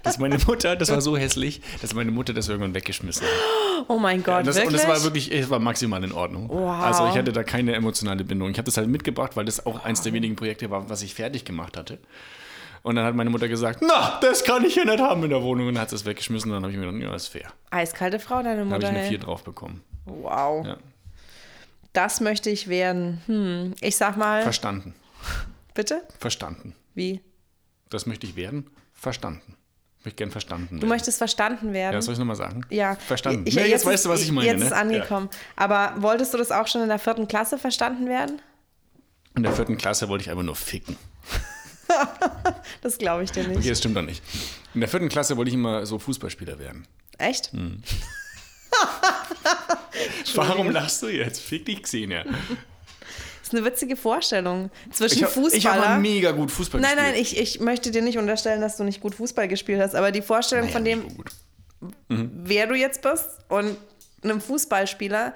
Dass meine Mutter, das war so hässlich, dass meine Mutter das irgendwann weggeschmissen hat. Oh mein Gott, Und das, wirklich? und das war wirklich, es war maximal in Ordnung. Wow. Also ich hatte da keine emotionale Bindung. Ich habe das halt mitgebracht, weil das auch eins der wenigen Projekte war, was ich fertig gemacht hatte. Und dann hat meine Mutter gesagt, na, das kann ich ja nicht haben in der Wohnung. Und hat es weggeschmissen. Und dann habe ich mir gedacht, ja, ist fair. Eiskalte Frau, deine Da habe Mutter. ich eine hey. 4 drauf bekommen. Wow. Ja. Das möchte ich werden. Hm, ich sag mal, Verstanden. bitte? Verstanden. Wie? Das möchte ich werden. Verstanden. Ich möchte gern Du verstanden werden. möchtest verstanden werden. ja, soll ich nochmal sagen? Ja. Verstanden. Ich, Nee, jetzt, ist- weißt du, was ich meine. Jetzt ne? ist angekommen. Aber wolltest du das auch schon in der vierten Klasse verstanden werden? Ja. In der vierten Klasse wollte ich einfach nur ficken. Das glaube ich dir nicht. Okay, das stimmt doch nicht. In der vierten Klasse wollte ich immer so Fußballspieler werden. Echt? Hm. Warum lachst du jetzt? Fick dich, Xenia. Das ist eine witzige Vorstellung. Zwischen Ich habe hab Fußballer. mal mega gut Fußball nein, nein, gespielt. ich, ich möchte dir nicht unterstellen, dass du nicht gut Fußball gespielt hast, aber die Vorstellung von Naja, dem, nicht so gut. wer du jetzt bist und einem Fußballspieler.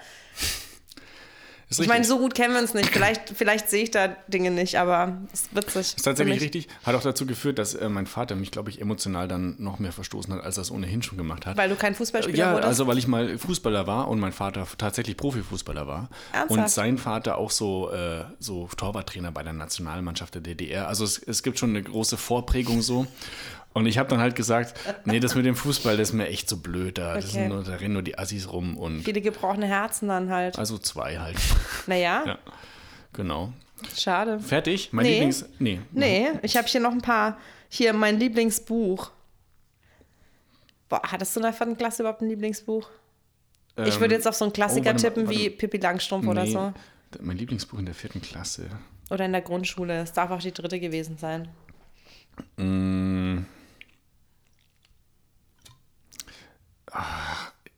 Ich Ist richtig. meine, so gut kennen wir uns nicht. Vielleicht, vielleicht sehe ich da Dinge nicht, aber ist witzig. ist tatsächlich für mich. richtig. Hat auch dazu geführt, dass äh, mein Vater mich, glaube ich, emotional dann noch mehr verstoßen hat, als er es ohnehin schon gemacht hat. Weil du kein Fußballspieler Ja, wurdest. also weil ich mal Fußballer war und mein Vater tatsächlich Profifußballer war. Ernsthaft? Und sein Vater auch so, äh, so Torwarttrainer bei der Nationalmannschaft der DDR. Also es, es gibt schon eine große Vorprägung so. Und ich habe dann halt gesagt, nee, das mit dem Fußball, das ist mir echt so blöd. Da, das Okay. sind nur, da rennen nur die Assis rum und Viele gebrochene Herzen dann halt. also zwei halt. naja, ja. Genau. schade. Fertig? Mein Nee. Lieblings. Nee. Nee, ich habe hier noch ein paar. Hier mein Lieblingsbuch. Boah, hattest du in der vierten Klasse überhaupt ein Lieblingsbuch? ich würde jetzt auf so einen Klassiker oh, warte mal, tippen wie warte mal. Pippi Langstrumpf ähm, nee. oder so. Mein Lieblingsbuch in der vierten Klasse. Oder in der Grundschule. Es darf auch die dritte gewesen sein.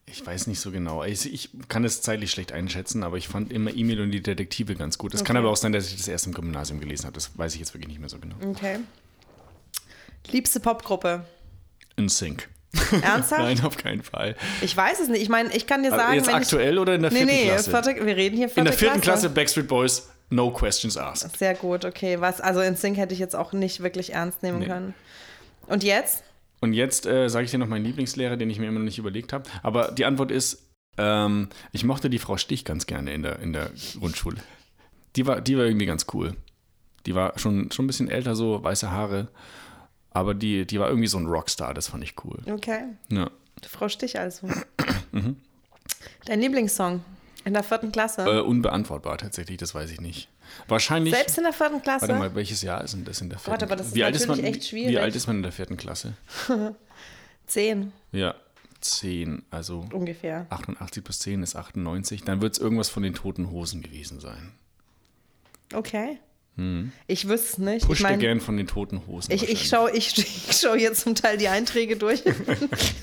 Ich weiß nicht so genau. Ich, ich kann es zeitlich schlecht einschätzen, aber ich fand immer Emil und die Detektive ganz gut. Es kann aber auch sein, dass ich das erst im Gymnasium gelesen habe. Das weiß ich jetzt wirklich nicht mehr so genau. Okay. Liebste Popgruppe. In Sync. Ernsthaft? [LAUGHS] Nein, auf keinen Fall. Ich weiß es nicht. Ich meine, ich kann dir sagen, Also jetzt wenn aktuell oder in der ich. Nee, vierten nee, Klasse? Vierte, wir reden hier vierte in der vierten Klasse. Backstreet Boys, no questions asked. Sehr gut, okay. Was, also in Sync hätte ich jetzt auch nicht wirklich ernst nehmen Nee. können. Und jetzt? Und jetzt äh, sage ich dir noch meinen Lieblingslehrer, den ich mir immer noch nicht überlegt habe. Aber die Antwort ist, ähm, ich mochte die Frau Stich ganz gerne in der, in der Grundschule. Die war, die war irgendwie ganz cool. Die war schon, schon ein bisschen älter, so weiße Haare. Aber die, die war irgendwie so ein Rockstar, das fand ich cool. Okay. Ja. Frau Stich also. [COUGHS] Dein Lieblingssong in der vierten Klasse? Mhm. Äh, unbeantwortbar tatsächlich, das weiß ich nicht. Wahrscheinlich. Selbst in der vierten Klasse? Warte mal, welches Jahr ist denn das in der vierten aber das ist wie alt man, natürlich echt schwierig. Wie alt ist man in der vierten Klasse? Zehn Ja, zehn, also ungefähr. 88 plus 10 ist 98. Dann wird es irgendwas von den toten Hosen gewesen sein. Okay. Ich wüsste es nicht. Mhm. Push ich dir meine, gern von den toten Hosen. ich, ich wahrscheinlich. schaue ich, ich [LAUGHS] schau hier zum Teil die Einträge durch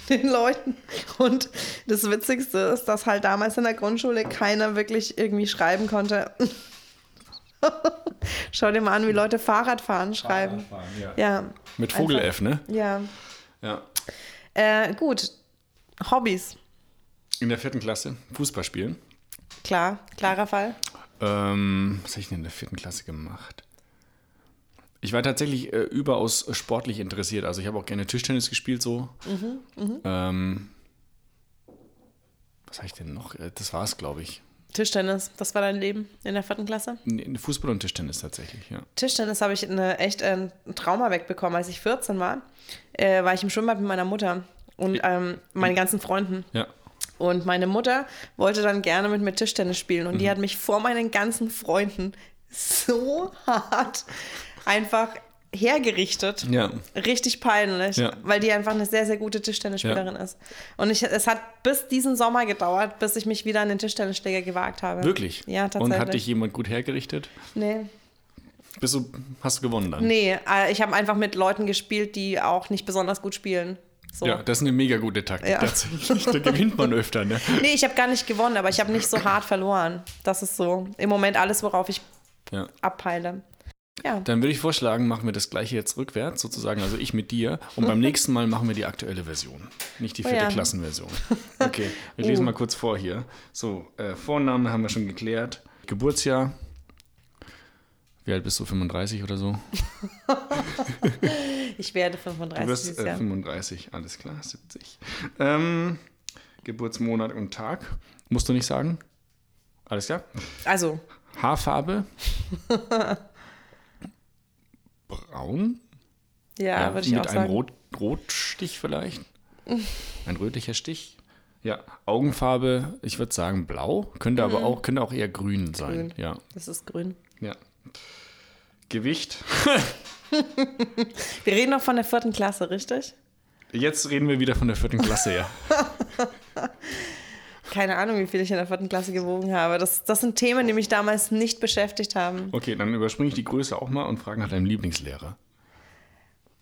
den Leuten. Und das Witzigste ist, dass halt damals in der Grundschule keiner wirklich irgendwie schreiben konnte. [LAUGHS] Schau dir mal an, wie Leute Fahrradfahren schreiben. Ja. Mit Vogel Einfach. F, ne? Ja. Ja. Äh, gut. Hobbys. In der vierten Klasse Fußball spielen. Klar, klarer Fall. Ähm, was habe ich denn in der vierten Klasse gemacht? Ich war tatsächlich äh, überaus sportlich interessiert. Also ich habe auch gerne Tischtennis gespielt so. Mhm, Ähm, was habe ich denn noch? Äh, Das war es, glaube ich. Tischtennis, das war dein Leben in der vierten Klasse? Nee, Fußball und Tischtennis tatsächlich, ja. Tischtennis habe ich eine, echt äh, ein Trauma wegbekommen. Als ich 14 war, äh, war ich im Schwimmbad mit meiner Mutter und ähm, meinen ganzen Freunden. Ja. Und meine Mutter wollte dann gerne mit mir Tischtennis spielen. Mhm. Und die hat mich vor meinen ganzen Freunden so [LAUGHS] hart einfach hergerichtet. Ja. Richtig peinlich, Ja. weil die einfach eine sehr, sehr gute Tischtennisspielerin ist. Und ich, es hat bis diesen Sommer gedauert, bis ich mich wieder an den Tischtennisschläger gewagt habe. Wirklich? Ja, tatsächlich. Und hat dich jemand gut hergerichtet? nee. Bist du, hast du gewonnen dann? Nee, äh, ich habe einfach mit Leuten gespielt, die auch nicht besonders gut spielen. So. Ja, das ist eine mega gute Taktik Ja. [LAUGHS] tatsächlich. Da gewinnt man öfter, ne? Nee, ich habe gar nicht gewonnen, aber ich habe nicht so hart verloren. Das ist so im Moment alles, worauf ich Ja. abpeile. Ja, Dann würde ich vorschlagen, machen wir das gleiche jetzt rückwärts, sozusagen, also ich mit dir. Und beim nächsten Mal machen wir die aktuelle Version, nicht die Oh vierte ja. [LAUGHS] Uh. Klassenversion. Okay, ich lese mal kurz vor hier. So, äh, Vornamen haben wir schon geklärt. Geburtsjahr. Wie alt bist du? 35 oder so? ich werde Du 35 wirst dieses äh, Jahr. 35, alles klar, 70. Ähm, Geburtsmonat und Tag, musst du nicht sagen? Alles klar. Also, Haarfarbe? [LAUGHS] Braun? ja, würde ich mit auch einem sagen. Rot Rotstich vielleicht? Ein rötlicher Stich? Ja, Augenfarbe, ich würde sagen blau, könnte aber auch, könnte auch eher grün sein. Mhm. Grün. Ja, Das ist grün. ja. Gewicht. Wir reden noch von der vierten Klasse, richtig? Jetzt reden wir wieder von der vierten Klasse, ja. Keine Ahnung, wie viel ich in der vierten Klasse gewogen habe. Das, das sind Themen, die mich damals nicht beschäftigt haben. Okay, dann überspringe ich die Größe auch mal und frage nach deinem Lieblingslehrer.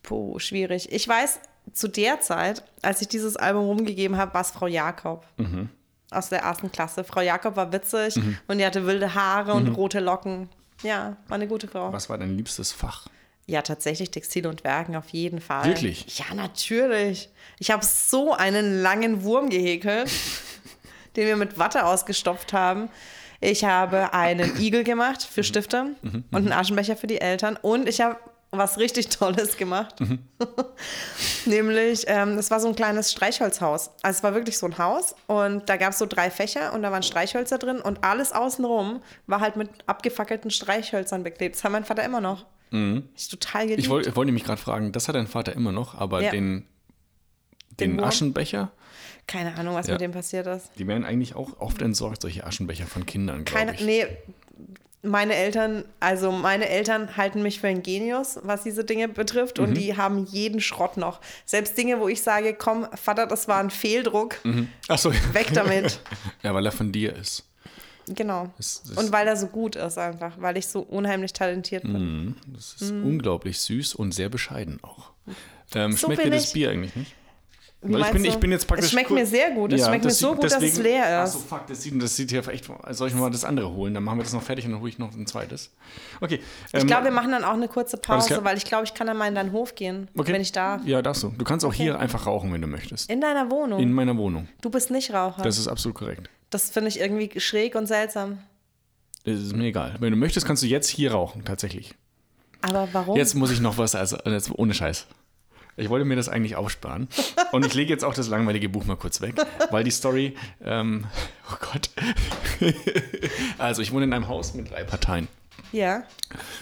Puh, schwierig. Ich weiß zu der Zeit, als ich dieses Album rumgegeben habe, war es Frau Jakob. Mhm. Aus der ersten Klasse. Frau Jakob war witzig und die hatte wilde Haare und rote Locken. Ja, war eine gute Frau. Mhm. Was war dein liebstes Fach? Ja, tatsächlich Textil und Werken auf jeden Fall. Wirklich? Ja, natürlich. Ich habe so einen langen Wurm [LAUGHS] gehäkelt, den wir mit Watte ausgestopft haben. Ich habe einen Igel gemacht Mhm. für Stifte und einen Aschenbecher für die Eltern. Und ich habe was richtig Tolles gemacht. Nämlich, ähm, das war so ein kleines Streichholzhaus. Also es war wirklich so ein Haus und da gab es so drei Fächer und da waren Streichhölzer drin und alles außenrum war halt mit abgefackelten Streichhölzern beklebt. Das hat mein Vater immer noch. Ich total geliebt. Mhm. Ich wollte, ich wollte nämlich gerade fragen, das hat dein Vater immer noch, aber Ja. den, Den den, Wurm? Aschenbecher, Keine Ahnung, was Ja. mit dem passiert ist. die werden eigentlich auch oft entsorgt, solche Aschenbecher von Kindern, Keine, glaube nee, ich. meine Eltern, also meine Eltern halten mich für einen Genius, was diese Dinge betrifft. Mhm. Und die haben jeden Schrott noch. Selbst Dinge, wo ich sage, komm, Vater, das war ein Fehldruck, Mhm. Achso. weg damit. [LAUGHS] Ja, weil er von dir ist. Genau. Das- das- Und weil er so gut ist einfach, weil ich so unheimlich talentiert Mhm. bin. Das ist Mhm. unglaublich süß und sehr bescheiden auch. Ähm, So schmeckt dir bin das ich. Bier eigentlich nicht? Wie Weil ich, meinst bin, du? ich bin jetzt praktisch. Es schmeckt kur- mir sehr gut. Es Ja, schmeckt mir das so sieht- gut, dass es deswegen- leer Ach so, ist. fuck, das sieht, das sieht hier echt. Soll ich mal das andere holen? Dann machen wir das noch fertig und dann hole ich noch ein zweites. Okay. ähm, Ich glaube, wir machen dann auch eine kurze Alles Pause, klar. weil ich glaube, ich kann dann mal in deinen Hof gehen, wenn ich darf. Ja, darfst du. Du kannst auch hier einfach rauchen, wenn du möchtest. In deiner Wohnung. In meiner Wohnung. du bist nicht Raucher. Das ist absolut korrekt. Das finde ich irgendwie schräg und seltsam. Es ist mir egal. Wenn du möchtest, kannst du jetzt hier rauchen, tatsächlich. Aber warum? Jetzt muss ich noch was, also jetzt, ohne Scheiß. Ich wollte mir das eigentlich aufsparen. Und ich lege jetzt auch das langweilige Buch mal kurz weg, weil die Story, ähm, oh Gott. Also, ich wohne in einem Haus mit drei Parteien. ja.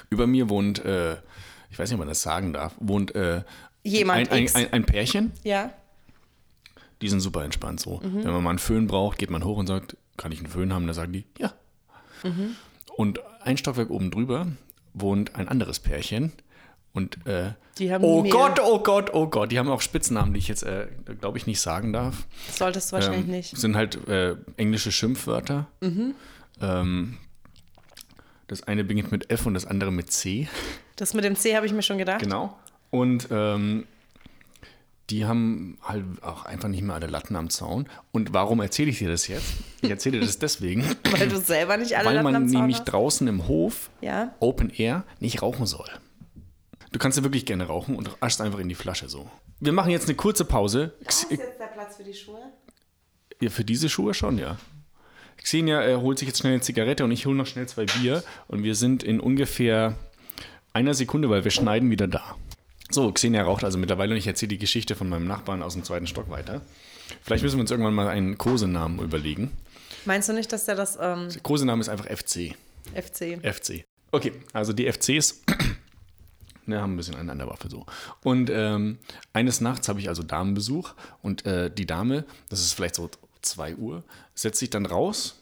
Über mir wohnt, äh, ich weiß nicht, ob man das sagen darf, wohnt äh, Jemand ein, ein, X. ein, ein Pärchen. Ja. Die sind super entspannt so. Mhm. Wenn man mal einen Föhn braucht, geht man hoch und sagt, kann ich einen Föhn haben? Da sagen die, ja. Mhm. Und ein Stockwerk oben drüber wohnt ein anderes Pärchen. Und äh, Die haben oh Mehl. Gott, oh Gott, oh Gott, die haben auch Spitznamen, die ich jetzt, äh, glaube ich, nicht sagen darf. Das solltest du wahrscheinlich Ähm, nicht. Mhm. Sind halt äh, englische Schimpfwörter. Ähm, das eine beginnt mit F und das andere mit C. Das mit dem C habe ich mir schon gedacht. Genau. Und ähm, die haben halt auch einfach nicht mehr alle Latten am Zaun. Und warum erzähle ich dir das jetzt? Ich [LAUGHS] erzähle dir das deswegen, Weil du selber nicht alle weil Latten man am Zaun nämlich hast. draußen im Hof, Ja. Open Air, nicht rauchen soll. Du kannst ja wirklich gerne rauchen und aschst einfach in die Flasche so. Wir machen jetzt eine kurze Pause. X jetzt der Platz für die Schuhe? ja, für diese Schuhe schon, ja. Xenia äh, holt sich jetzt schnell eine Zigarette und ich hole noch schnell zwei Bier. Und wir sind in ungefähr einer Sekunde, weil wir schneiden, wieder da. So, Xenia raucht also mittlerweile und ich erzähle die Geschichte von meinem Nachbarn aus dem zweiten Stock weiter. Vielleicht müssen wir uns irgendwann mal einen Kosenamen überlegen. Meinst du nicht, dass der das ähm, Der Kosename ist einfach FC. FC. FC. Okay, also die FCs [CLEARS THROAT] ne, haben ein bisschen eine an der Waffe so. Und ähm, eines Nachts habe ich also Damenbesuch und äh, die Dame, das ist vielleicht so 2 Uhr, setzt sich dann raus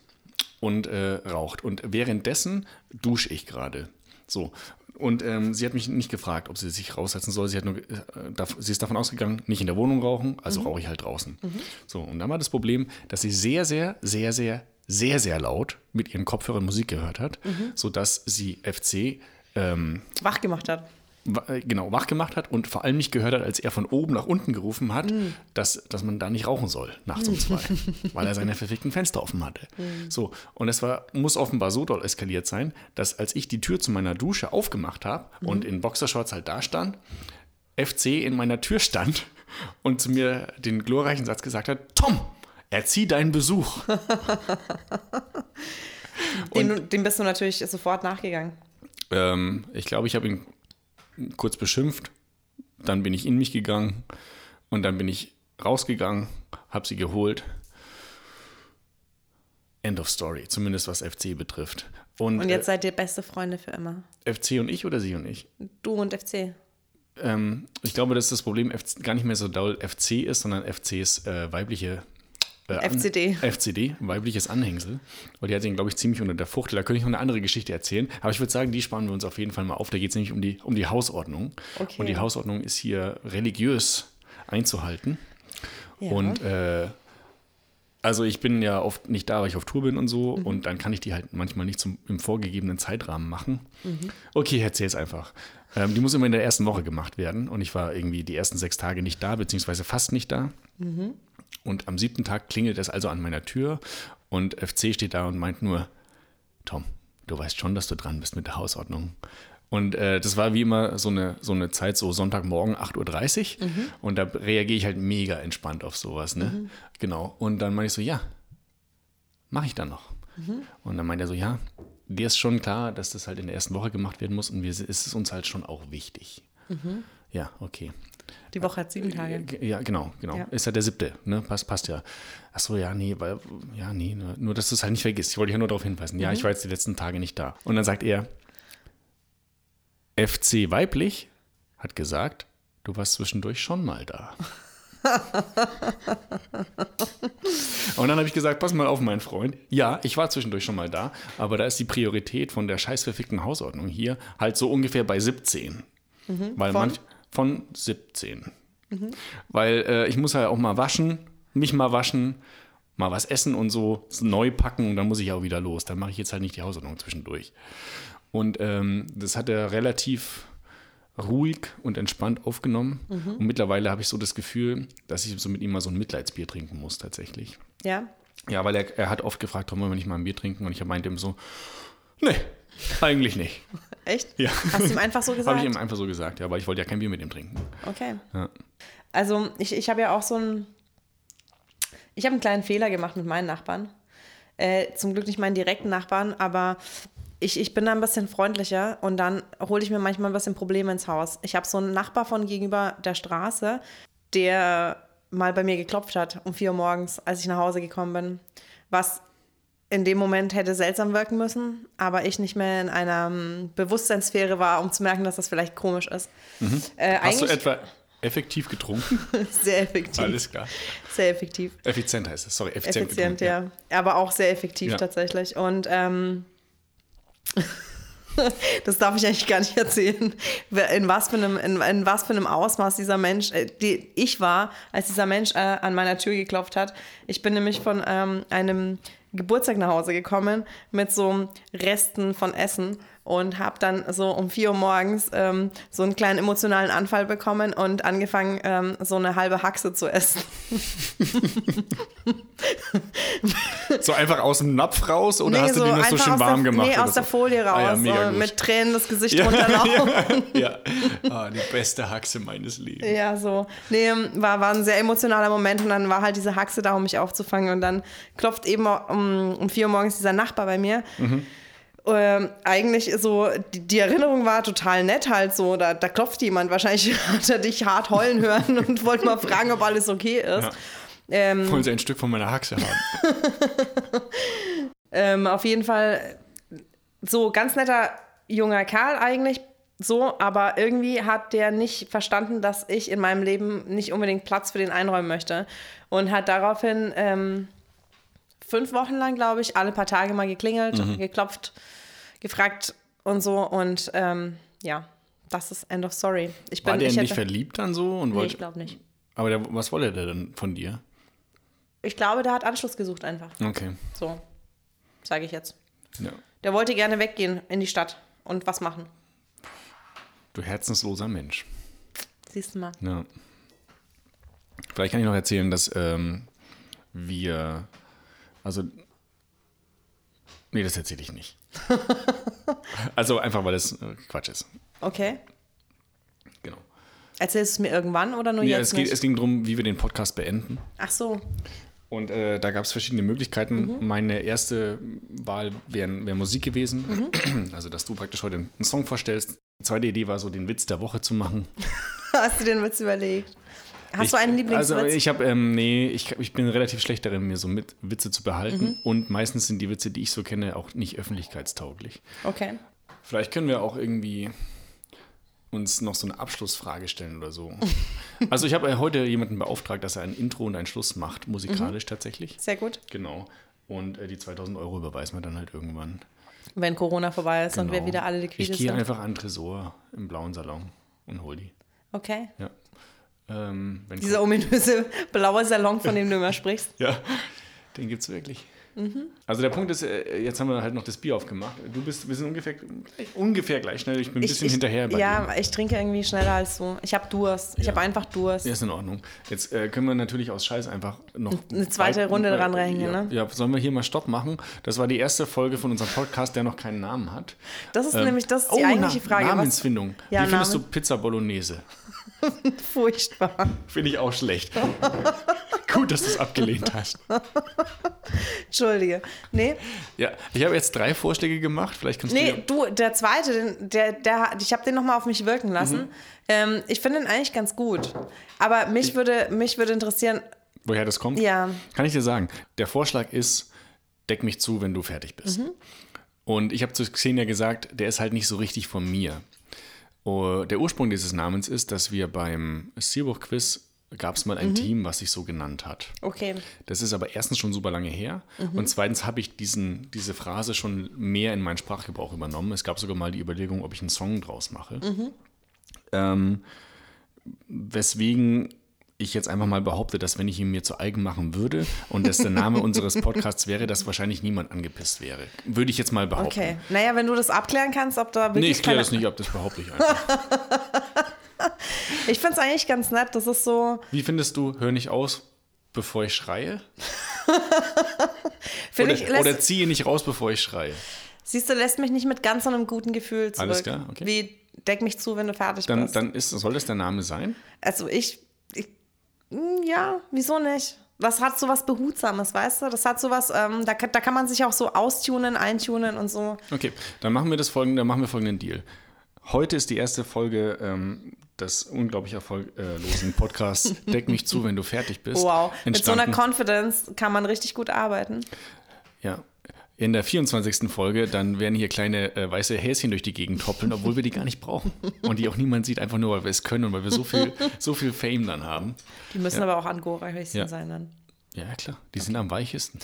und äh, raucht. Und währenddessen dusche ich gerade. So. Und ähm, sie hat mich nicht gefragt, ob sie sich raussetzen soll. Sie, hat nur, ge- äh, dav- sie ist davon ausgegangen, nicht in der Wohnung rauchen, also rauche ich halt draußen. So, und dann war das Problem, dass sie sehr, sehr, sehr, sehr, sehr, sehr laut mit ihren Kopfhörern Musik gehört hat, sodass sie FC ähm, Wach gemacht hat. wa- äh, genau wach gemacht hat und vor allem nicht gehört hat, als er von oben nach unten gerufen hat, dass, dass man da nicht rauchen soll, nachts um zwei, weil er seine verfickten Fenster offen hatte. So, und es war, muss offenbar so doll eskaliert sein, dass als ich die Tür zu meiner Dusche aufgemacht habe und in Boxershorts halt da stand, FC in meiner Tür stand und zu mir den glorreichen Satz gesagt hat, Tom, erzieh deinen Besuch. Dem, dem bist du natürlich sofort nachgegangen. Ähm, ich glaube, ich habe ihn kurz beschimpft. Dann bin ich in mich gegangen und dann bin ich rausgegangen, habe sie geholt. End of story, zumindest was FC betrifft. Und, Und jetzt seid ihr beste Freunde für immer. äh, FC und ich oder sie und ich? Du und FC. Ähm, ich glaube, dass das Problem FC, gar nicht mehr so doll FC ist, sondern FCs äh, weibliche Äh, an- FCD. FCD, weibliches Anhängsel. Und die hat den, glaube ich, ziemlich unter der Fuchtel. Da könnte ich noch eine andere Geschichte erzählen. Aber ich würde sagen, die sparen wir uns auf jeden Fall mal auf. Da geht es nämlich um die, um die Hausordnung. Okay. Und die Hausordnung ist hier religiös einzuhalten. Ja. Und äh, also ich bin ja oft nicht da, weil ich auf Tour bin und so. Und dann kann ich die halt manchmal nicht zum, im vorgegebenen Zeitrahmen machen. Okay, erzähl's einfach. Ähm, die muss immer in der ersten Woche gemacht werden. Und ich war irgendwie die ersten sechs Tage nicht da, beziehungsweise fast nicht da. Und am siebten Tag klingelt es also an meiner Tür. Und FC steht da und meint nur, Tom, du weißt schon, dass du dran bist mit der Hausordnung. Und äh, das war wie immer so eine, so eine Zeit, so Sonntagmorgen 8.30 Uhr. Und da reagiere ich halt mega entspannt auf sowas. Ne? Genau. Und dann meine ich so, ja, mache ich dann noch. Und dann meint er so, ja, dir ist schon klar, dass das halt in der ersten Woche gemacht werden muss. Und wir, es ist uns halt schon auch wichtig. Ja, okay. Die Woche hat sieben Tage. G- Ja, genau, genau. Ja. Ist ja der siebte, ne? Passt, passt ja. Achso, ja, nee, weil, ja, nee, nur, nur dass du es halt nicht vergisst. Ich wollte ja nur darauf hinweisen. Ja, ich war jetzt die letzten Tage nicht da. Und dann sagt er, FC weiblich hat gesagt, du warst zwischendurch schon mal da. Und dann habe ich gesagt, pass mal auf, mein Freund. Ja, ich war zwischendurch schon mal da, aber da ist die Priorität von der scheiß verfickten Hausordnung hier halt so ungefähr bei 17. Weil von? manch von 17. Weil äh, ich muss halt auch mal waschen, mich mal waschen, mal was essen und so neu packen und dann muss ich auch wieder los. Dann mache ich jetzt halt nicht die Hausordnung zwischendurch. Und ähm, das hat er relativ ruhig und entspannt aufgenommen. Mhm. Und mittlerweile habe ich so das Gefühl, dass ich so mit ihm mal so ein Mitleidsbier trinken muss tatsächlich. Ja. Ja, weil er, er hat oft gefragt, wollen wir nicht mal ein Bier trinken? Und ich meinte ihm so, nee, [LAUGHS] eigentlich nicht. Echt? Ja. Hast du ihm einfach [LAUGHS] so Habe gesagt? ich ihm einfach so gesagt, ja, weil ich wollte ja kein Bier mit ihm trinken. Okay. Ja. Also ich, ich habe ja auch so einen, ich habe einen kleinen Fehler gemacht mit meinen Nachbarn. Äh, zum Glück nicht meinen direkten Nachbarn, aber ich, ich bin da ein bisschen freundlicher und dann hole ich mir manchmal ein bisschen Probleme ins Haus. Ich habe so einen Nachbar von gegenüber der Straße, der mal bei mir geklopft hat um 4 Uhr morgens, als ich nach Hause gekommen bin, was in dem Moment hätte seltsam wirken müssen, aber ich nicht mehr in einer ähm, Bewusstseinssphäre war, um zu merken, dass das vielleicht komisch ist. Äh, Mhm. Hast du eigentlich- etwa effektiv [LAUGHS] getrunken? sehr effektiv. Alles klar. Sehr effektiv. Effizient heißt es, sorry, effizient. Effizient, getrunken, ja. Aber auch sehr effektiv Ja. tatsächlich. Und ähm, [LAUGHS] das darf ich eigentlich gar nicht erzählen, wer- in was für einem, in, in was für einem Ausmaß dieser Mensch, äh, die ich war, als dieser Mensch äh, an meiner Tür geklopft hat. Ich bin nämlich von ähm, einem Geburtstag nach Hause gekommen mit so Resten von Essen und habe dann so um 4 Uhr morgens ähm, so einen kleinen emotionalen Anfall bekommen und angefangen, ähm, so eine halbe Haxe zu essen. So einfach aus dem Napf raus oder hast du dem das so einfach schön aus warm der, gemacht? Nee, oder aus der so? Folie raus. Ah ja, mega so gut. mit Tränen das Gesicht ja, [LAUGHS] runterlaufen. ja, ja. Ah, die beste Haxe meines Lebens. Ja. so. Nee, war, war ein sehr emotionaler Moment und dann war halt diese Haxe da, um mich aufzufangen. Und dann klopft eben um, um 4 Uhr morgens dieser Nachbar bei mir. Mhm. Ähm, eigentlich so, die, die Erinnerung war total nett halt so, da, da klopft jemand, wahrscheinlich [LAUGHS] hat er dich hart heulen hören und wollte mal fragen, ob alles okay ist. Ja. Ähm, Wollen Sie ein Stück von meiner [LAUGHS] Haxe haben? Ähm, auf jeden Fall so ganz netter junger Kerl eigentlich. So, aber irgendwie hat der nicht verstanden, dass ich in meinem Leben nicht unbedingt Platz für den einräumen möchte. Und hat daraufhin ähm, fünf Wochen lang, glaube ich, alle paar Tage mal geklingelt, Mhm. geklopft, gefragt und so. Und ähm, ja, das ist End of Story. Ich bin, War der ich nicht hätte, verliebt dann so? Und nee, wollte, ich glaube nicht. aber der, was wollte der denn von dir? Ich glaube, der hat Anschluss gesucht einfach. Okay. So, sage ich jetzt. Ja. Der wollte gerne weggehen in die Stadt und was machen. Du herzensloser Mensch. Siehst du mal. Ja. Vielleicht kann ich noch erzählen, dass ähm, wir, also, nee, das erzähle ich [LAUGHS] nicht. also einfach, weil es äh, Quatsch ist. Okay. Genau. Erzählst du es mir irgendwann oder nur Ja, jetzt? es, geht, nicht? es ging darum, wie wir den Podcast beenden. Ach so. [LAUGHS] Und äh, da gab es verschiedene Mhm. Möglichkeiten. Meine erste Wahl wäre wär Musik gewesen. Mhm. Also, dass du praktisch heute einen Song vorstellst. Die zweite Idee war so, den Witz der Woche zu machen. Hast du den Witz überlegt? Hast du einen Lieblingswitz? Also ich habe, ähm, nee, ich, ich bin relativ schlecht darin, mir so mit Witze zu behalten. Mhm. Und meistens sind die Witze, die ich so kenne, auch nicht öffentlichkeitstauglich. okay. Vielleicht können wir auch irgendwie uns noch so eine Abschlussfrage stellen [LAUGHS] oder so. Also ich habe äh, heute jemanden beauftragt, dass er ein Intro und einen Schluss macht, Mhm. musikalisch tatsächlich. Sehr gut. Genau. Und äh, die 2000 Euro überweisen wir dann halt irgendwann. Wenn Corona vorbei ist und Genau. wir wieder alle liquide Ich gehe sind. einfach an den Tresor im blauen Salon und hol die. Okay. Ja. Ähm, wenn Dieser ominöse [LAUGHS] blaue Salon, von dem du immer sprichst. Ja, [LAUGHS] den gibt es wirklich. Mhm. Also der Punkt ist, äh, jetzt haben wir halt noch das Bier aufgemacht. Du bist, wir sind ungefähr, ungefähr gleich schnell. Ich bin ein bisschen hinterher bei dir. Ja, ich trinke irgendwie schneller als du. Ich habe Durst. Ich habe einfach Durst. Ja, ist in Ordnung. Jetzt äh, können wir natürlich aus Scheiß einfach noch Eine zweite weit- Runde dran reinhängen, ja, ne? Ja, sollen wir hier mal Stopp machen? Das war die erste Folge von unserem Podcast, der noch keinen Namen hat. Das ist Ähm, nämlich das ist die oh, eigentliche Na- Frage. Was Namensfindung. Ja, Wie findest Namen. du Pizza Bolognese? [LAUGHS] furchtbar. Finde ich auch schlecht. [LAUGHS] Gut, dass du es abgelehnt hast. Entschuldige. Nee, Ja, ich habe jetzt drei Vorschläge gemacht. Vielleicht kannst nee du. ja- du, der zweite, den- der, der, ich habe den nochmal auf mich wirken lassen. Mhm. Ähm, ich finde ihn eigentlich ganz gut. Aber mich würde, mich würde interessieren, woher das kommt? Ja. Kann ich dir sagen. Der Vorschlag ist, deck mich zu, wenn du fertig bist. Mhm. Und ich habe zu Xenia gesagt, der ist halt nicht so richtig von mir. Oh, Der Ursprung dieses Namens ist, dass wir beim Seabuch-Quiz gab es mal Mhm. ein Team, was sich so genannt hat. okay, Das ist aber erstens schon super lange her Mhm. und zweitens habe ich diesen, diese Phrase schon mehr in meinen Sprachgebrauch übernommen. Es gab sogar mal die Überlegung, ob ich einen Song draus mache. Mhm. Ähm, weswegen ich jetzt einfach mal behaupte, dass wenn ich ihn mir zu eigen machen würde und das [LAUGHS] der Name unseres Podcasts wäre, dass wahrscheinlich niemand angepisst wäre. Würde ich jetzt mal behaupten. okay. Naja, wenn du das abklären kannst, ob da wirklich Oh. Nee, ich kläre keine- das nicht ab, das behaupte ich einfach. [LAUGHS] Ich finde es eigentlich ganz nett. Das ist so, Wie findest du, hör nicht aus, bevor ich schreie? finde Oder, ich, lässt, oder ziehe nicht raus, bevor ich schreie? siehst du, lässt mich nicht mit ganz so einem guten Gefühl zurück. Alles klar, okay. Wie, deck mich zu, wenn du fertig Dann, bist. dann ist, soll das der Name sein? Also ich, ich mm, ja, wieso nicht? Das hat so was Behutsames, weißt du? Das hat so was, ähm, da, kann- da kann man sich auch so austunen, eintunen und so. Okay, dann machen wir das folgende, dann machen wir folgenden Deal. Heute ist die erste Folge ähm, des unglaublich erfolglosen [LAUGHS] Podcasts Deck mich zu, wenn du fertig bist. Wow. Mit so einer entstanden. Confidence kann man richtig gut arbeiten. Ja. In der 24. Folge, dann werden hier kleine äh, weiße Häschen durch die Gegend hoppeln, obwohl wir die gar nicht brauchen. Und die auch niemand sieht, einfach nur, weil wir es können und weil wir [LAUGHS] so viel, so viel Fame dann haben. Die müssen aber auch Angora höchstens Ja. sein dann. Ja, klar, die sind am weichesten.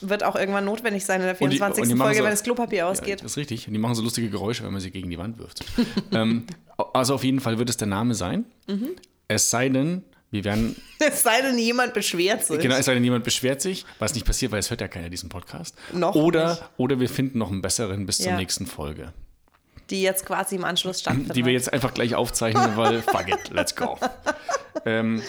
Wird auch irgendwann notwendig sein in der Und die- 24. und die machen Folge, so- wenn das Klopapier ausgeht. Ja, das ist richtig. Und die machen so lustige Geräusche, wenn man sie gegen die Wand wirft. [LAUGHS] ähm, also auf jeden Fall wird es der Name sein. Mhm. Es sei denn, wir werden [LAUGHS] es sei denn, jemand beschwert sich. Genau, es sei denn, jemand beschwert sich, was nicht passiert, weil es hört ja keiner diesen Podcast. Noch oder, nicht. oder wir finden noch einen besseren bis zur Ja. nächsten Folge, Die jetzt quasi im Anschluss stattfindet. die wir jetzt einfach gleich [LAUGHS] aufzeichnen, weil fuck it, let's go. ähm,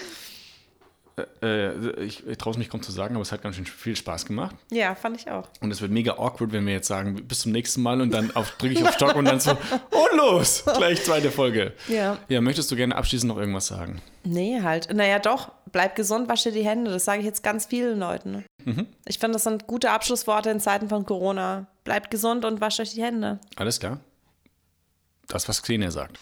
äh, äh, ich ich traue es mich kaum zu sagen, aber es hat ganz schön viel Spaß gemacht. ja, fand ich auch. Und es wird mega awkward, wenn wir jetzt sagen, bis zum nächsten Mal und dann auf- drücke ich auf Stock und [LAUGHS] dann so, und los, gleich zweite Folge. Ja. Ja, möchtest du gerne abschließend noch irgendwas sagen? Nee, halt. Naja, doch. Bleib gesund, wasche die Hände. Das sage ich jetzt ganz vielen Leuten. ne? Mhm. Ich finde, das sind gute Abschlussworte in Zeiten von Corona. Bleibt gesund und wascht euch die Hände. Alles klar? Das, was Xenia sagt.